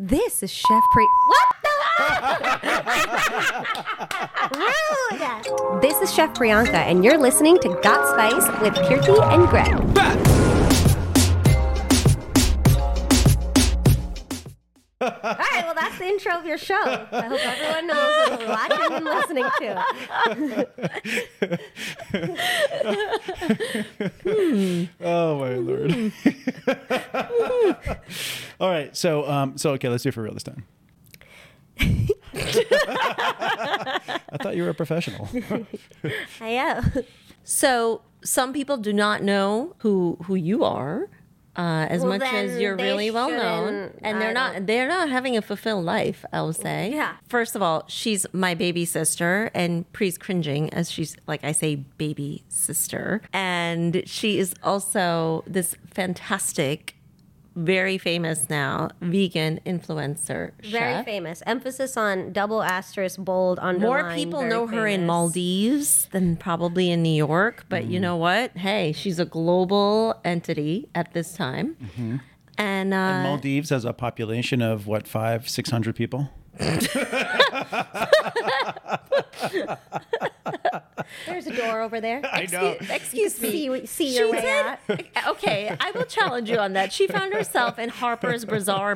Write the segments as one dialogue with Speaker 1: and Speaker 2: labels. Speaker 1: This is Chef Pre.
Speaker 2: What the? Rude.
Speaker 1: This is Chef Priyanka, and you're listening to Got Spice with Kirti and Greg. All right, well, that's the intro of your show. I hope everyone knows what we're watching and listening to.
Speaker 3: Oh my lord. All right, so um, so okay, let's do it for real this time. I thought you were a professional.
Speaker 1: I am.
Speaker 2: So some people do not know who who you are. Uh, as
Speaker 1: Well,
Speaker 2: much as
Speaker 1: then
Speaker 2: you're
Speaker 1: they
Speaker 2: really well known,
Speaker 1: shouldn't-
Speaker 2: and
Speaker 1: I
Speaker 2: they're not they're not having a fulfilled life, I will say.
Speaker 1: Yeah.
Speaker 2: First of all, she's my baby sister, and Pri's cringing as she's like I say, baby sister, and she is also this fantastic, very famous now vegan influencer.
Speaker 1: Very
Speaker 2: chef.
Speaker 1: famous. Emphasis on double asterisk bold underline.
Speaker 2: More people
Speaker 1: very
Speaker 2: know her in
Speaker 1: famous.
Speaker 2: Maldives than probably in New York, but
Speaker 3: Mm.
Speaker 2: you know what? Hey, she's a global entity at this time. And, uh,
Speaker 3: Mm-hmm. Maldives has a population of what five, six hundred people.
Speaker 1: There's a door over there.
Speaker 3: I know.
Speaker 2: excuse me.
Speaker 1: See, see
Speaker 2: She
Speaker 1: your way
Speaker 2: did-
Speaker 1: out.
Speaker 2: okay, I will challenge you on that. She found herself in Harper's Bazaar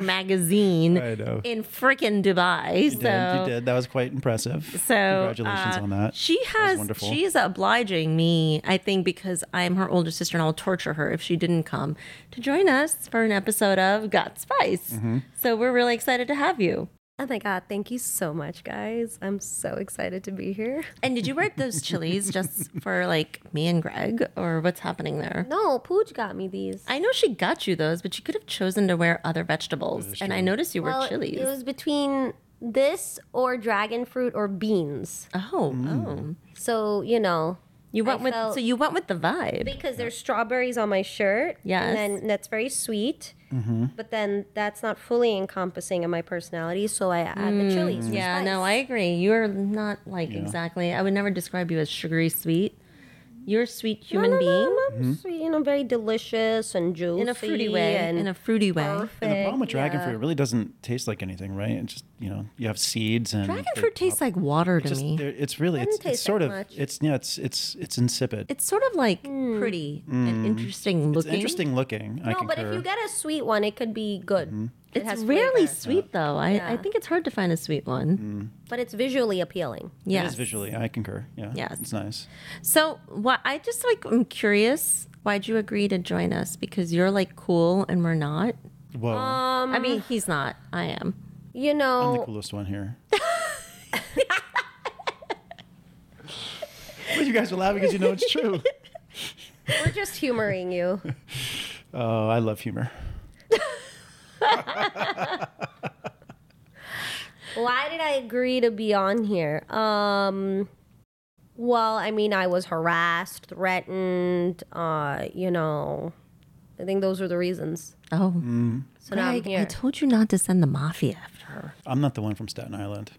Speaker 2: magazine
Speaker 3: I know.
Speaker 2: in freaking Dubai.
Speaker 3: oh. You
Speaker 2: so
Speaker 3: did, you did. That was quite impressive.
Speaker 2: So
Speaker 3: congratulations
Speaker 2: uh,
Speaker 3: on that.
Speaker 2: She has
Speaker 3: wonderful.
Speaker 2: she is obliging me, I think, because I'm her older sister and I'll torture her if she didn't come to join us for an episode of Got Spice.
Speaker 3: Mm-hmm.
Speaker 2: So we're really excited to have you.
Speaker 1: Oh my god! Thank you so much, guys. I'm so excited to be here.
Speaker 2: And did you wear those chilies just for like me and Greg or what's happening there?
Speaker 1: No, Pooj got me these.
Speaker 2: I know she got you those, but you could have chosen to wear other vegetables. And I noticed you wore
Speaker 1: Well,
Speaker 2: chilies.
Speaker 1: it was between this or dragon fruit or beans.
Speaker 2: oh,
Speaker 3: Mm.
Speaker 2: oh.
Speaker 1: So you know,
Speaker 2: You went
Speaker 1: I
Speaker 2: with
Speaker 1: felt-
Speaker 2: so you went with the vibe.
Speaker 1: because there's strawberries on my shirt.
Speaker 2: Yes.
Speaker 1: And then that's very sweet.
Speaker 3: Mm-hmm.
Speaker 1: But then that's not fully encompassing of my personality, so I add the chilies. for
Speaker 2: Yeah,
Speaker 1: spice.
Speaker 2: no, I agree. You're not like exactly. I would never describe you as sugary sweet. You're a sweet human
Speaker 1: no, no,
Speaker 2: being
Speaker 1: no,
Speaker 3: Mm-hmm.
Speaker 1: I'm sweet, you know, very delicious and juicy
Speaker 2: in a fruity way.
Speaker 1: and
Speaker 2: in a fruity way.
Speaker 3: and the problem with dragon
Speaker 1: yeah.
Speaker 3: fruit, it really doesn't taste like anything, right? It just you know you have seeds and
Speaker 2: Dragon
Speaker 3: they-
Speaker 2: fruit tastes like water to
Speaker 3: Just,
Speaker 2: me.
Speaker 3: they're- it's really it's,
Speaker 1: taste
Speaker 3: it's sort
Speaker 1: like
Speaker 3: of
Speaker 1: much.
Speaker 3: it's yeah it's it's it's insipid.
Speaker 2: It's sort of like
Speaker 1: Mm.
Speaker 2: pretty and interesting
Speaker 3: Mm. It's
Speaker 2: looking.
Speaker 3: interesting looking. I
Speaker 1: no, but if
Speaker 3: concur.
Speaker 1: you get a sweet one, it could be good.
Speaker 3: Mm-hmm.
Speaker 1: It
Speaker 2: It's
Speaker 1: has
Speaker 2: rarely
Speaker 1: flavor,
Speaker 2: sweet though. I, I
Speaker 1: Yeah.
Speaker 2: think it's hard to find a sweet one.
Speaker 1: but it's visually appealing.
Speaker 2: Yeah.
Speaker 3: It Mm. is visually, I concur. Yeah.
Speaker 2: Yes.
Speaker 3: It's nice.
Speaker 2: So what I just like I'm curious why'd you agree to join us? Because you're like cool and we're not.
Speaker 3: Whoa.
Speaker 1: Um,
Speaker 2: I mean he's not. I am.
Speaker 1: you
Speaker 3: I'm the
Speaker 2: Oh.
Speaker 1: know,
Speaker 3: coolest one here. well, you guys are laughing because you know it's true.
Speaker 1: we're just humoring you.
Speaker 3: Oh, I love humor.
Speaker 1: Why did I agree to be on here? Um well, I mean, I was harassed, threatened, uh, you know. I think those were the reasons.
Speaker 2: Oh.
Speaker 3: Mm.
Speaker 1: So now I'm
Speaker 2: Greg, I
Speaker 1: here.
Speaker 2: told you not to send the mafia after her.
Speaker 3: I'm not the one from Staten Island.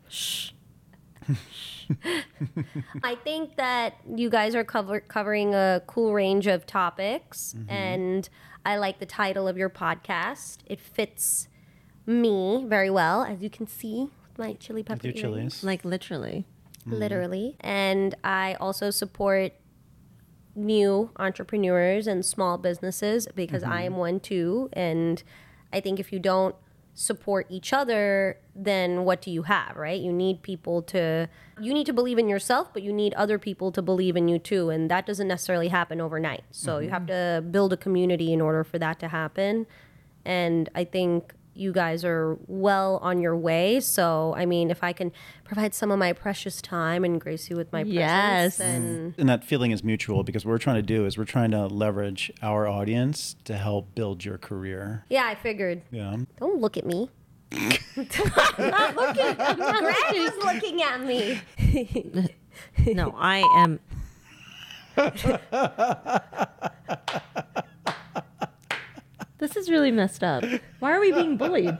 Speaker 1: I think that you guys are cover- covering a cool range of topics, and I like the title of your podcast. It fits me very well, as you can see with my chili mm-hmm.
Speaker 3: I
Speaker 1: pepper
Speaker 3: do
Speaker 1: earrings.
Speaker 3: chilies.
Speaker 2: Like literally.
Speaker 1: literally. And I also support new entrepreneurs and small businesses because I am one too. And I think if you don't support each other, then what do you have, right? You need people to, you need to believe in yourself, but you need other people to believe in you too. And that doesn't necessarily happen overnight. So you have to build a community in order for that to happen. And I think you guys are well on your way. So, I mean, if I can provide some of my precious time and grace you with my presence,
Speaker 2: Yes.
Speaker 1: then
Speaker 3: and that feeling is mutual because what we're trying to do is we're trying to leverage our audience to help build your career.
Speaker 1: yeah, I figured.
Speaker 3: Yeah.
Speaker 1: Don't look at me. I'm not looking. Greg was looking at me.
Speaker 2: No, I am. this is really messed up. Why are we being bullied?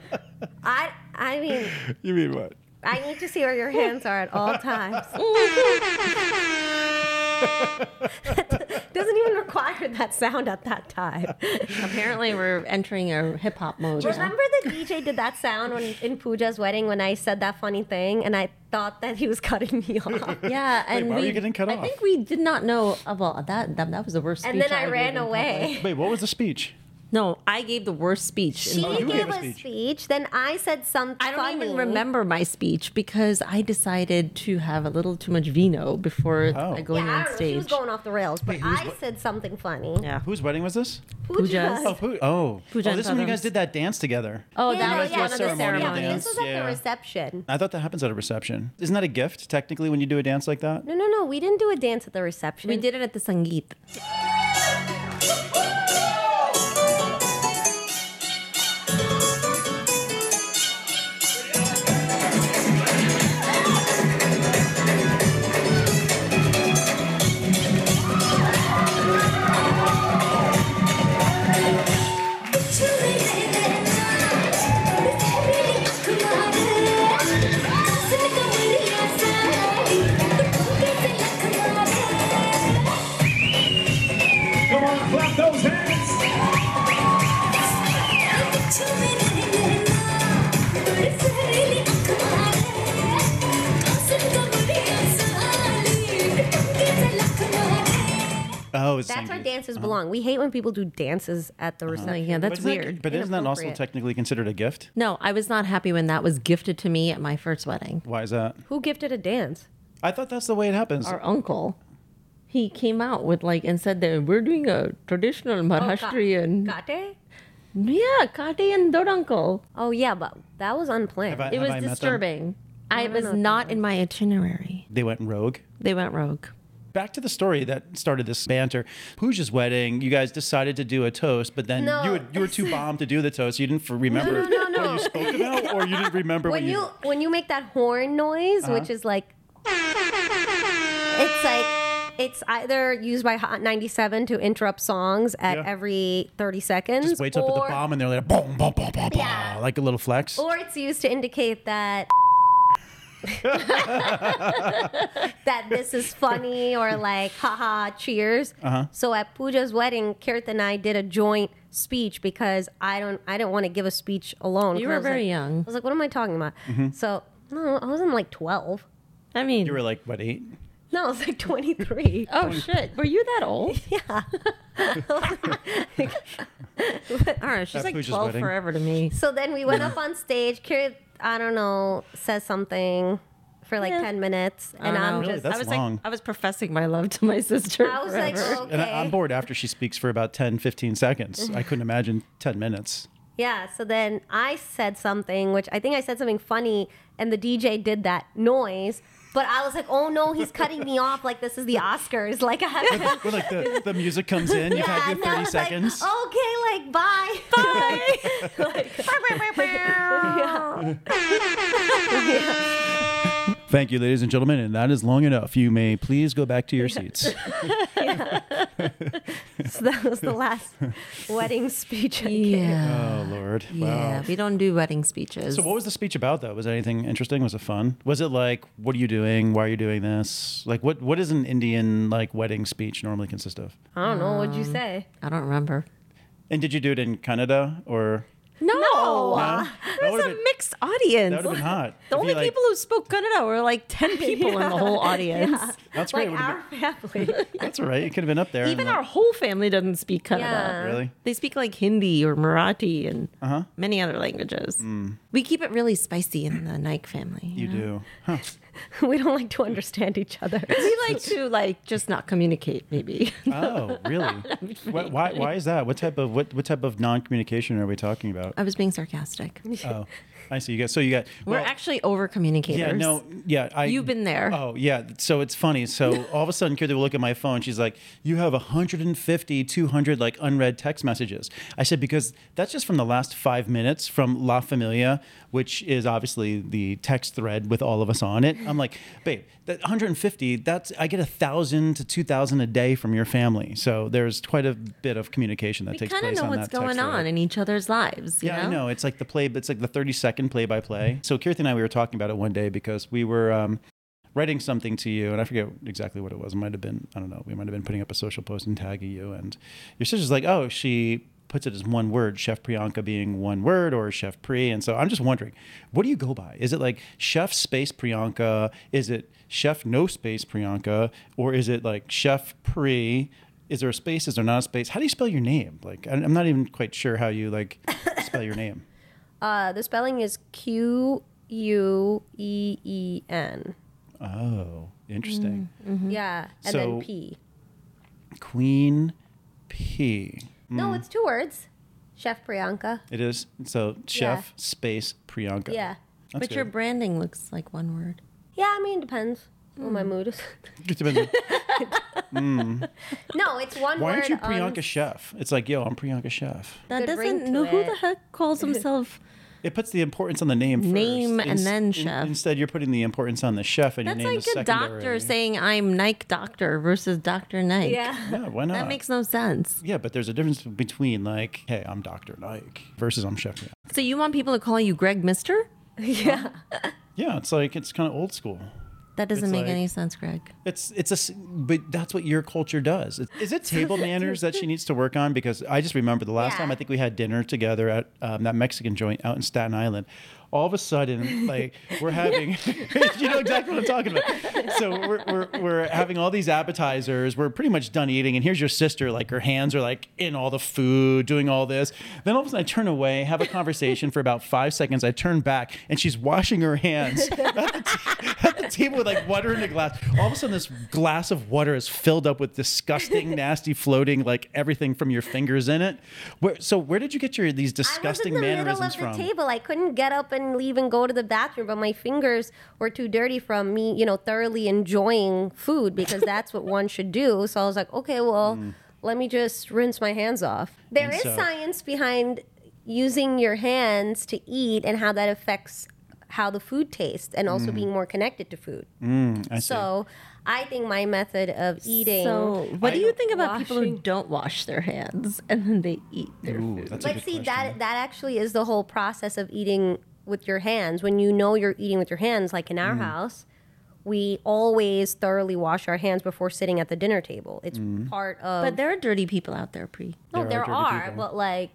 Speaker 1: I, I mean,
Speaker 3: You mean what?
Speaker 1: I need to see where your hands are at all times. Doesn't even require that sound at that time.
Speaker 2: Apparently, we're entering a hip hop mode. now.
Speaker 1: Remember the DJ did that sound when, in Pooja's wedding when I said that funny thing and I thought that he was cutting me off.
Speaker 2: Yeah, and
Speaker 3: why were
Speaker 2: we,
Speaker 3: you getting cut
Speaker 2: I
Speaker 3: off?
Speaker 2: think we did not know. Uh, well, that, that that was the worst.
Speaker 1: And
Speaker 2: speech
Speaker 1: then I
Speaker 2: gave
Speaker 1: ran
Speaker 2: in
Speaker 1: away.
Speaker 2: public.
Speaker 3: Wait, what was the speech?
Speaker 2: No, I gave the worst speech. in
Speaker 1: She
Speaker 3: Oh, you
Speaker 1: gave,
Speaker 3: gave a
Speaker 1: a
Speaker 3: speech.
Speaker 1: speech. Then I said something.
Speaker 2: I don't
Speaker 1: funny.
Speaker 2: even remember my speech because I decided to have a little too much vino before
Speaker 3: Oh.
Speaker 2: I
Speaker 1: Yeah,
Speaker 2: going
Speaker 1: I
Speaker 2: on
Speaker 1: don't know. She was
Speaker 2: stage.
Speaker 1: going off the rails, but
Speaker 3: who's
Speaker 1: I
Speaker 3: what-
Speaker 1: said something funny.
Speaker 2: yeah.
Speaker 3: Whose wedding was this?
Speaker 1: Pooja's.
Speaker 3: Oh, who, oh. oh,
Speaker 2: Pooja and
Speaker 3: this is when you guys
Speaker 2: Padam's.
Speaker 3: did that dance together.
Speaker 2: Oh, that was
Speaker 3: yeah,
Speaker 2: one
Speaker 3: the
Speaker 2: of the
Speaker 1: yeah, but
Speaker 3: ceremony
Speaker 2: ceremonies.
Speaker 3: dance.
Speaker 1: this was at
Speaker 3: Yeah.
Speaker 1: the reception.
Speaker 3: I thought that happens at a reception. Isn't that a gift technically when you do a dance like that?
Speaker 1: No, no, no. We didn't do a dance at the reception.
Speaker 2: We did it at the Sangeet.
Speaker 4: Come on, clap those hands.
Speaker 3: Oh, it's
Speaker 1: That's
Speaker 3: singing.
Speaker 1: where dances belong. We hate when people do dances at
Speaker 3: Uh-huh.
Speaker 1: the
Speaker 2: Like,
Speaker 1: reception.
Speaker 2: yeah,
Speaker 3: But
Speaker 2: that's
Speaker 3: isn't that-
Speaker 2: weird.
Speaker 3: but isn't that also
Speaker 1: Inappropriate.
Speaker 3: technically considered a gift?
Speaker 2: no, I was not happy when that was gifted to me at my first wedding.
Speaker 3: Why is that?
Speaker 1: Who gifted a dance?
Speaker 3: I thought that's the way it happens.
Speaker 2: Our uncle, he came out with like and said that we're doing a traditional
Speaker 1: Oh,
Speaker 2: Maharashtrian.
Speaker 1: Kate?
Speaker 2: yeah, Kate and Dod uncle.
Speaker 1: Oh yeah, but that was unplanned.
Speaker 3: Have I-
Speaker 2: It was
Speaker 3: have I met them?
Speaker 2: disturbing. I
Speaker 1: don't
Speaker 2: was
Speaker 1: know if
Speaker 2: not in my itinerary.
Speaker 3: They went rogue.
Speaker 2: They went rogue.
Speaker 3: Back to the story that started this banter. Pooja's wedding, you guys decided to do a toast, but then
Speaker 1: No.
Speaker 3: you, would, you were too bombed to do the toast. You didn't f- remember
Speaker 1: no, no, no.
Speaker 3: what you spoke about, or you didn't remember
Speaker 1: when
Speaker 3: what you.
Speaker 1: you when you make that horn noise,
Speaker 3: Uh-huh.
Speaker 1: which is like it's like it's either used by Hot 97 to interrupt songs at
Speaker 3: Yeah.
Speaker 1: every 30 seconds
Speaker 3: just waits up at the
Speaker 1: or-
Speaker 3: bomb and they're like, boom, boom, boom, boom, boom, like a little flex.
Speaker 1: or it's used to indicate that that this is funny or like haha cheers
Speaker 3: Uh-huh.
Speaker 1: so at pooja's wedding kirt and i did a joint speech because i don't i didn't want to give a speech alone
Speaker 2: You
Speaker 1: 'cause
Speaker 2: were
Speaker 1: I was
Speaker 2: very
Speaker 1: like-
Speaker 2: young.
Speaker 1: i was like what am i talking about
Speaker 3: Mm-hmm.
Speaker 1: so no i wasn't like 12
Speaker 2: I mean,
Speaker 3: You were like, what, eight?
Speaker 1: no i was like 23
Speaker 2: oh shit, were you that old? yeah. All right, she's
Speaker 3: At
Speaker 2: like
Speaker 3: Pooja's
Speaker 2: 12
Speaker 3: wedding.
Speaker 2: forever to me.
Speaker 1: So then we went up on stage. Kirit, I don't know, says something for like
Speaker 2: Yeah.
Speaker 1: 10 minutes.
Speaker 2: I
Speaker 1: And
Speaker 2: don't
Speaker 1: I'm
Speaker 2: know.
Speaker 1: just,
Speaker 3: That's
Speaker 2: I was
Speaker 3: long.
Speaker 2: like, I was professing my love to my sister.
Speaker 1: I was like,
Speaker 2: forever.
Speaker 1: okay.
Speaker 3: And I, I'm bored after she speaks for about 10, 15 seconds. I couldn't imagine 10 minutes.
Speaker 1: Yeah. So then I said something, which I think I said something funny, and the DJ did that noise. But I was like, oh no, he's cutting me off. Like this is the Oscars. Like I have to.
Speaker 3: Well, like the, the music comes in, you've had
Speaker 1: And
Speaker 3: your
Speaker 1: then I
Speaker 3: 30
Speaker 1: was like,
Speaker 3: seconds.
Speaker 1: okay, like bye. Bye.
Speaker 3: Thank you, ladies and gentlemen, and that is long enough. You may please go back to your seats.
Speaker 1: so that was the last wedding speech. I gave.
Speaker 2: yeah.
Speaker 3: oh, Lord.
Speaker 2: Yeah, we don't do wedding speeches.
Speaker 3: So, what was the speech about, though? Was it anything interesting? Was it fun? Was it like, what are you doing? Why are you doing this? Like, what what does an Indian like wedding speech normally consist of?
Speaker 1: I don't know. What'd you say?
Speaker 2: I don't remember.
Speaker 3: And did you do it in Canada or?
Speaker 2: No,
Speaker 1: No.
Speaker 3: Huh?
Speaker 2: it
Speaker 3: that
Speaker 2: was
Speaker 3: would
Speaker 2: a
Speaker 3: have been,
Speaker 2: mixed audience.
Speaker 3: that would've been hot. If
Speaker 2: The
Speaker 3: you,
Speaker 2: only
Speaker 3: like-
Speaker 2: people who spoke Kannada were like 10 people in the whole audience.
Speaker 3: That's
Speaker 1: like
Speaker 3: great. Would've
Speaker 1: our
Speaker 3: been-
Speaker 1: family.
Speaker 3: that's all right. It could have been up there. and,
Speaker 2: Even
Speaker 3: like-
Speaker 2: our whole family doesn't speak Kannada.
Speaker 1: Yeah.
Speaker 3: really.
Speaker 2: They speak like Hindi or Marathi and
Speaker 3: Uh-huh.
Speaker 2: many other languages. We keep it really spicy in the Nike family.
Speaker 3: Hmm. You do. Huh.
Speaker 1: we don't like to understand each other.
Speaker 2: We like to like just not communicate, maybe.
Speaker 3: Oh, really? Wh- why, why is that? What type of what, what type of non-communication are we talking about?
Speaker 2: I was being sarcastic.
Speaker 3: Oh, I see. You got so you got.
Speaker 2: We're
Speaker 3: well,
Speaker 2: actually over communicators.
Speaker 3: Yeah, no, yeah. I,
Speaker 2: You've been there.
Speaker 3: Oh, yeah. So it's funny. So all of a sudden, Kirti will look at my phone. She's like, You have 150, 200 like unread text messages. I said, Because that's just from the last five minutes from La Familia, which is obviously the text thread with all of us on it. I'm like, Babe, that 150, that's, I get a 1,000 to 2,000 a day from your family. So there's quite a bit of communication that
Speaker 2: we
Speaker 3: takes
Speaker 2: kind of
Speaker 3: place
Speaker 2: know
Speaker 3: on
Speaker 2: what's
Speaker 3: that text
Speaker 2: going
Speaker 3: thread.
Speaker 2: on in each other's lives. You
Speaker 3: Yeah,
Speaker 2: know?
Speaker 3: I know. It's like the play, it's like the 30 second play by play. So Kirti and I, we were talking about it one day because we were, um, writing something to you, and I forget exactly what it was. It might have been I don't know. We might have been putting up a social post and tagging you, and your sister's like, oh, she puts it as one word, Chef Priyanka being one word or Chef Pri. And so I'm just wondering, what do you go by? Is it like Chef Space Priyanka? Is it Chef No Space Priyanka? Or is it like Chef Pri? Is there a space? Is there not a space? How do you spell your name? Like, I- I'm not even quite sure how you like spell your name.
Speaker 1: Uh, the spelling is Q U E E N.
Speaker 3: Oh, interesting.
Speaker 1: Yeah, and
Speaker 3: Mm-hmm. So-
Speaker 1: then P.
Speaker 3: Queen P.
Speaker 1: No, it's two words. Chef Priyanka.
Speaker 3: It is. So Chef Space Priyanka.
Speaker 1: Yeah.
Speaker 3: That's
Speaker 2: but your
Speaker 3: good.
Speaker 2: branding looks like one word.
Speaker 1: Yeah, I mean, depends on
Speaker 3: Mm.
Speaker 1: my mood. is.
Speaker 3: It depends.
Speaker 1: no, it's one
Speaker 3: Why
Speaker 1: word.
Speaker 3: aren't you
Speaker 1: on-
Speaker 3: Priyanka Chef? It's like, yo, I'm Priyanka Chef.
Speaker 2: That
Speaker 1: Good ring
Speaker 2: doesn't
Speaker 1: to
Speaker 2: know who
Speaker 1: it.
Speaker 2: the heck calls himself.
Speaker 3: It puts the importance on the name first.
Speaker 2: Name and then
Speaker 3: in-
Speaker 2: chef.
Speaker 3: instead, you're putting the importance on the chef, and
Speaker 2: That's
Speaker 3: your name is
Speaker 2: like a
Speaker 3: secondary.
Speaker 2: doctor saying I'm Nike Doctor versus Doctor Nike.
Speaker 1: Yeah.
Speaker 3: Yeah, why not?
Speaker 2: That makes no sense.
Speaker 3: yeah, but there's a difference between like, hey, I'm Doctor Nike versus I'm Chef. Nike.
Speaker 2: So you want people to call you Greg Mister?
Speaker 1: Yeah.
Speaker 3: Yeah, it's like it's kind of old school.
Speaker 2: That doesn't
Speaker 3: It's
Speaker 2: make
Speaker 3: like-
Speaker 2: any sense, Greg.
Speaker 3: It's it's a s- but that's what your culture does. It- Is it table manners that she needs to work on? Because I just remember the last
Speaker 1: Yeah.
Speaker 3: time I think we had dinner together at um, that Mexican joint out in Staten Island. All of a sudden, like we're having, you know exactly what I'm talking about. So we're, we're we're having all these appetizers. We're pretty much done eating, and here's your sister. Like her hands are like in all the food, doing all this. Then all of a sudden, I turn away, have a conversation for about five seconds. I turn back, and she's washing her hands at the table with like water in a glass. All of a sudden, this glass of water is filled up with disgusting, nasty, floating like everything from your fingers in it. Where, so where did you get your these disgusting
Speaker 1: I was in the middle
Speaker 3: mannerisms
Speaker 1: of the
Speaker 3: from?
Speaker 1: table. I couldn't get up and leave and go to the bathroom, but my fingers were too dirty from me, you know, thoroughly enjoying food because that's what one should do. So I was like, okay, well, let me just rinse my hands off. There
Speaker 3: Mm. And
Speaker 1: is
Speaker 3: so-
Speaker 1: science behind using your hands to eat and how that affects how the food tastes and also being more connected to food.
Speaker 3: Mm. I see.
Speaker 1: So I think my method of eating
Speaker 2: So what do
Speaker 3: I-
Speaker 2: you think about people who don't wash their hands and then they eat their
Speaker 3: Ooh,
Speaker 2: food?
Speaker 3: that's a
Speaker 1: But
Speaker 3: good
Speaker 1: see,
Speaker 3: question.
Speaker 1: that that actually is the whole process of eating with your hands. When you know you're eating with your hands, like in our
Speaker 3: Mm.
Speaker 1: house, we always thoroughly wash our hands before sitting at the dinner table. It's part of.
Speaker 2: But there are dirty people out there, pre.
Speaker 1: no,
Speaker 3: Mm. there
Speaker 1: there,
Speaker 3: are dirty
Speaker 1: are,
Speaker 3: people.
Speaker 1: but like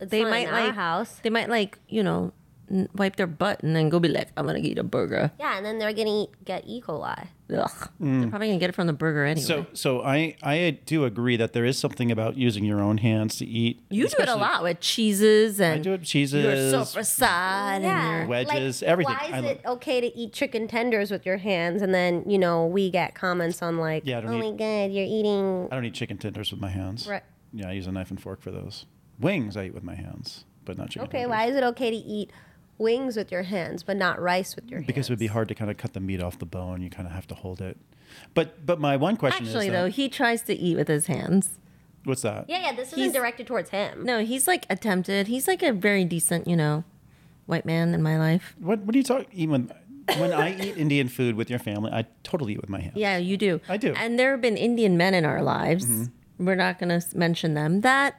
Speaker 1: it's
Speaker 2: They
Speaker 1: not
Speaker 2: might
Speaker 1: in
Speaker 2: like
Speaker 1: our house.
Speaker 2: They might like you know n- wipe their butt and then go be like, I'm gonna eat a burger.
Speaker 1: Yeah, and then they're gonna eat, get E. coli.
Speaker 2: Ugh. They're probably gonna get it from the burger anyway.
Speaker 3: Mm. So, so I, I do agree that there is something about using your own hands to eat.
Speaker 2: you do it a
Speaker 3: especially-
Speaker 2: lot with cheeses and
Speaker 3: I do it with
Speaker 2: your
Speaker 3: cheeses.
Speaker 2: sofrasada and
Speaker 1: Yeah,
Speaker 2: your
Speaker 3: wedges,
Speaker 1: like,
Speaker 3: everything.
Speaker 1: Why is
Speaker 3: I love-
Speaker 1: it okay to eat chicken tenders with your hands, and then you know we get comments on like,
Speaker 3: Yeah, I don't
Speaker 1: "Oh
Speaker 3: eat-
Speaker 1: my god, you're eating
Speaker 3: I don't eat chicken tenders with my hands.
Speaker 1: Right.
Speaker 3: Yeah, I use a knife and fork for those. Wings I eat with my hands, but not chicken.
Speaker 1: Okay,
Speaker 3: tenders.
Speaker 1: why is it okay to eat wings with your hands but not rice with your
Speaker 3: Because it
Speaker 1: hands?
Speaker 3: would be hard to kind of cut the meat off the bone. You kind of have to hold it. But but my one question
Speaker 2: Actually,
Speaker 3: is
Speaker 2: though,
Speaker 3: that-
Speaker 2: he tries to eat with his hands.
Speaker 3: what's that?
Speaker 1: yeah, yeah, this
Speaker 2: He's-
Speaker 1: isn't directed towards him.
Speaker 2: No, he's like attempted. He's like a very decent, you know, white man in my life.
Speaker 3: What what do you talk even when I eat Indian food with your family, I totally eat with my hands.
Speaker 2: Yeah, you do.
Speaker 3: I do. Mm-hmm.
Speaker 2: And there have been Indian men in our lives. We're not going to mention them that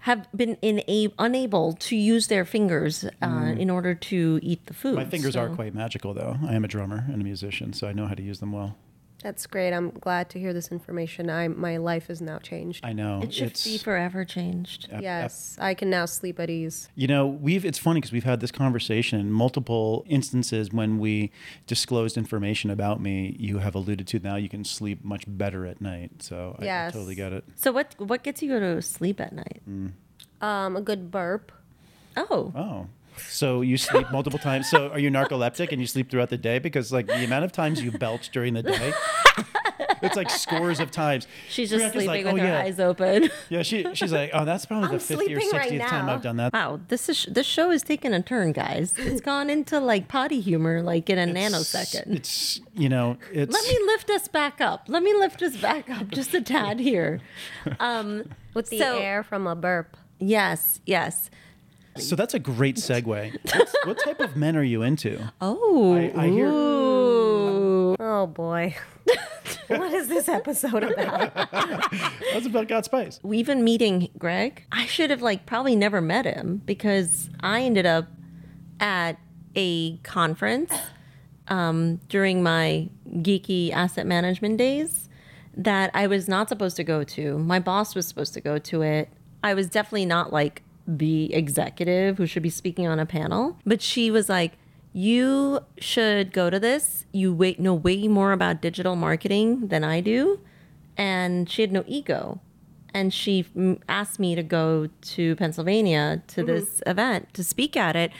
Speaker 2: have been in a, unable to use their fingers uh, in order to eat the food.
Speaker 3: Mm. My fingers are
Speaker 2: So-
Speaker 3: quite magical though. I am a drummer and a musician, so I know how to use them well.
Speaker 1: That's great. I'm glad to hear this information. I my life is now changed.
Speaker 3: I know.
Speaker 2: It should
Speaker 3: it's
Speaker 2: be forever changed.
Speaker 3: ep-
Speaker 1: yes, I can now sleep at ease.
Speaker 3: You know, we've it's funny because we've had this conversation in multiple instances when we disclosed information about me. You have alluded to now you can sleep much better at night. So I- I,
Speaker 1: Yes.
Speaker 3: totally get it.
Speaker 2: So what what gets you to sleep at night?
Speaker 1: Um, a good burp.
Speaker 2: Oh,
Speaker 3: Oh. So you sleep multiple times. So are you narcoleptic and you sleep throughout the day? Because like the amount of times you belch during the day, it's like scores of times.
Speaker 2: she's just
Speaker 3: Priyanka's
Speaker 2: sleeping
Speaker 3: like,
Speaker 2: with
Speaker 3: oh,
Speaker 2: her
Speaker 3: yeah.
Speaker 2: eyes open.
Speaker 3: Yeah, she, she's like, oh, that's probably the
Speaker 1: I'm
Speaker 3: 50 or
Speaker 1: sleeping
Speaker 3: 60th
Speaker 1: right
Speaker 3: time
Speaker 1: now.
Speaker 3: I've done that.
Speaker 2: Wow, this is this show is taking a turn, guys. It's gone into like potty humor, like in a nanosecond.
Speaker 3: It's, you know, it's.
Speaker 2: Let me lift us back up. Let me lift us back up just a tad here.
Speaker 1: With the
Speaker 2: So-
Speaker 1: air from a burp.
Speaker 2: Yes, yes.
Speaker 3: So that's a great segue. What's, what type of men are you into?
Speaker 2: Oh,
Speaker 3: I, I hear.
Speaker 1: Oh boy. what is this episode about?
Speaker 3: That's about God Spice.
Speaker 2: even meeting Greg, I should have like probably never met him because I ended up at a conference um, during my geeky asset management days that I was not supposed to go to. My boss was supposed to go to it. I was definitely not like the executive who should be speaking on a panel, but she was like, "You should go to this. You wait know way more about digital marketing than I do." And she had no ego. And she mm, asked me to go to Pennsylvania to this event to speak at it.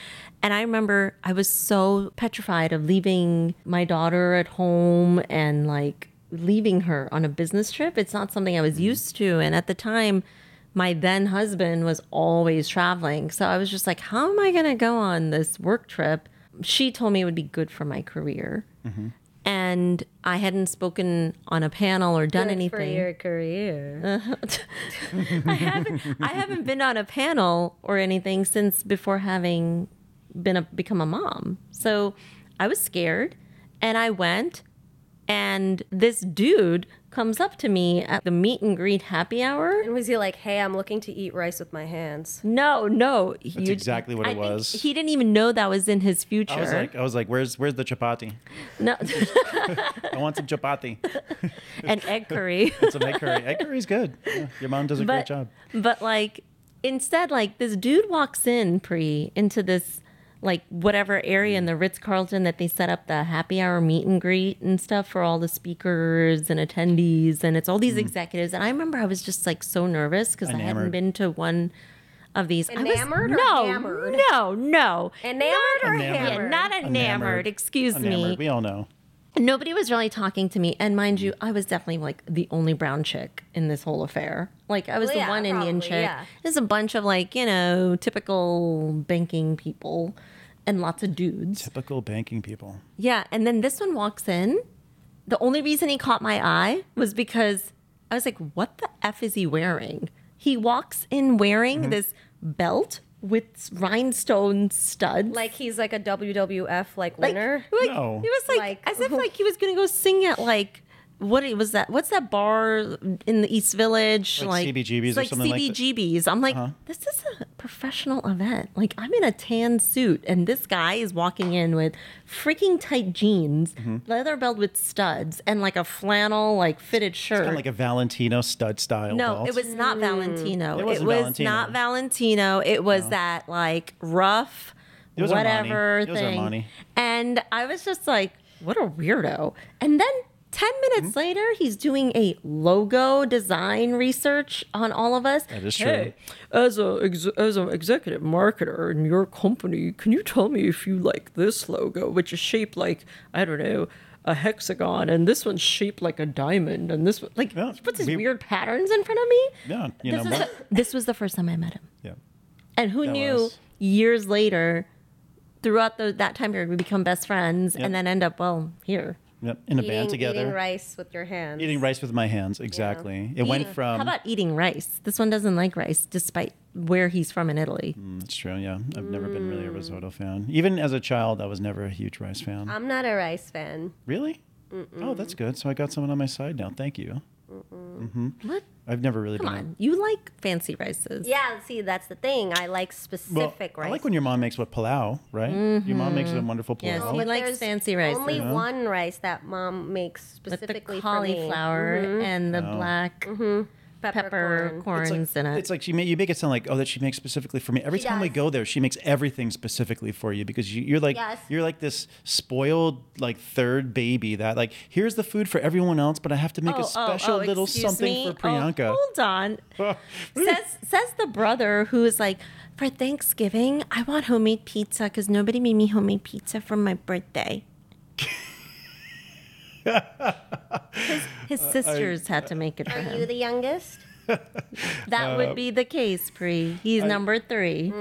Speaker 2: And I remember I was so petrified of leaving my daughter at home and like leaving her on a business trip. It's not something I was used to. And at the time, my then husband was always traveling. So I was just like, how am I going to go on this work trip? She told me it would be good for my career. And I hadn't spoken on a panel or done
Speaker 1: Good
Speaker 2: anything.
Speaker 1: for your career.
Speaker 2: I haven't I haven't been on a panel or anything since before having been a, become a mom. So I was scared and I went and this dude comes up to me at the meet and greet happy hour.
Speaker 1: And was he like, "Hey, I'm looking to eat rice with my hands"?
Speaker 2: No, no.
Speaker 3: That's exactly what it was.
Speaker 2: he didn't even know that was in his future.
Speaker 3: I was like, I was like, where's where's the chapati?
Speaker 2: no,
Speaker 3: I want some chapati.
Speaker 2: an egg curry.
Speaker 3: Some egg curry. Egg curry's good. Yeah, your mom does a great job.
Speaker 2: But like instead, like this dude walks in pre into this like whatever area in the Ritz Carlton that they set up the happy hour meet and greet and stuff for all the speakers and attendees and it's all these executives and I remember I was just like so nervous because I hadn't
Speaker 3: Mm. Enamored.
Speaker 2: been to one of these. I was-
Speaker 1: Enamored or
Speaker 2: no,
Speaker 1: hammered?
Speaker 2: no, no,
Speaker 1: Enamored or
Speaker 3: Enamored.
Speaker 1: hammered?
Speaker 2: yeah, not enamored. Excuse me
Speaker 3: Enamored. We all know.
Speaker 2: nobody was really talking to me and mind you i was definitely like the only brown chick in this whole affair like i was
Speaker 1: Well,
Speaker 2: the
Speaker 1: Oh, yeah,
Speaker 2: one indian
Speaker 1: probably,
Speaker 2: chick
Speaker 1: yeah.
Speaker 2: there's a bunch of like you know typical banking people and lots of dudes
Speaker 3: Typical banking people.
Speaker 2: yeah and then this one walks in the only reason he caught my eye was because i was like what the f is he wearing he walks in wearing this belt with rhinestone studs
Speaker 1: Like he's like a WWF like
Speaker 2: like,
Speaker 1: winner.
Speaker 2: Like,
Speaker 3: No.
Speaker 2: It was like,
Speaker 1: Like-
Speaker 2: as if like he was gonna go sing at like what it was that what's that bar in the East Village
Speaker 3: Like
Speaker 2: like,
Speaker 3: CBGBs
Speaker 2: it's
Speaker 3: or
Speaker 2: like
Speaker 3: something like Uh-huh. that.
Speaker 2: CBGBs. I'm like this is a professional event. Like I'm in a tan suit and this guy is walking in with freaking tight jeans,
Speaker 3: Mm-hmm.
Speaker 2: leather belt with studs, and like a flannel like fitted shirt.
Speaker 3: Kind of like a Valentino stud style.
Speaker 2: No,
Speaker 3: belt.
Speaker 2: it was not Valentino.
Speaker 3: It
Speaker 2: It, was
Speaker 3: wasn't Valentino.
Speaker 2: not Valentino. It was that like rough,
Speaker 3: It was Armani.
Speaker 2: whatever
Speaker 3: It was
Speaker 2: thing.
Speaker 3: Armani.
Speaker 2: And I was just like, what a weirdo. And then 10 minutes
Speaker 3: Mm-hmm.
Speaker 2: later, he's doing a logo design research on all of us.
Speaker 3: That is true.
Speaker 5: Hey, as a ex- as an executive marketer in your company, can you tell me if you like this logo, which is shaped like I don't know a hexagon, and this one's shaped like a diamond, and this one like
Speaker 2: Like,
Speaker 3: Yeah,
Speaker 2: he puts these
Speaker 3: we-
Speaker 2: weird patterns in front of me.
Speaker 3: Yeah, you
Speaker 2: This,
Speaker 3: know.
Speaker 2: was
Speaker 3: but-
Speaker 2: the, this was the first time I met him.
Speaker 3: yeah.
Speaker 2: And who
Speaker 3: That
Speaker 2: knew
Speaker 3: was-
Speaker 2: years later, throughout the, that time period, we become best friends
Speaker 3: Yep.
Speaker 2: and then end up, well, here.
Speaker 3: Yep. In a band
Speaker 1: Eating,
Speaker 3: together.
Speaker 1: eating rice with your hands.
Speaker 3: Eating rice with my hands. Exactly. It went
Speaker 2: Eating-
Speaker 3: from.
Speaker 2: How about eating rice? This one doesn't like rice, despite where he's from in Italy.
Speaker 3: That's true. Yeah, I've never been really a
Speaker 2: Mm.
Speaker 3: risotto fan. Even as a child, I was never a huge rice fan.
Speaker 2: Uh,
Speaker 1: I'm not a rice fan.
Speaker 3: really? Oh, that's good. So I got someone on my side now. Thank you.
Speaker 2: What?
Speaker 3: I've never really
Speaker 2: Come
Speaker 3: been. a-
Speaker 2: on, you like fancy rices?
Speaker 1: Yeah, see, that's the thing. I like specific rice.
Speaker 3: I like when your mom makes what palau, right? Your mom makes a wonderful
Speaker 2: Mm-hmm. Yes,
Speaker 3: palau.
Speaker 2: he likes
Speaker 1: There's
Speaker 2: fancy rice
Speaker 1: Only one rice that mom makes
Speaker 2: with the
Speaker 1: specifically
Speaker 2: cauliflower and the black
Speaker 1: for me.
Speaker 2: pepper
Speaker 1: Peppercorn.
Speaker 2: corns
Speaker 3: it's
Speaker 2: in
Speaker 3: like,
Speaker 2: it.
Speaker 3: it's like she made you make it sound like oh that she makes specifically for me. Every
Speaker 1: She
Speaker 3: time we
Speaker 1: does.
Speaker 3: go there, she makes everything specifically for you because you, you're like
Speaker 1: Yes.
Speaker 3: you're like this spoiled like third baby that like here's the food for everyone else, but I have to make a special little
Speaker 2: Oh, excuse
Speaker 3: something
Speaker 2: me.
Speaker 3: for Priyanka.
Speaker 2: Oh, hold on. says says the brother who is like, for Thanksgiving, I want homemade pizza because nobody made me homemade pizza for my birthday. his, his sisters had to make it for
Speaker 1: Are you
Speaker 2: him.
Speaker 1: the youngest?
Speaker 2: that would be the case, Pri. He's number three.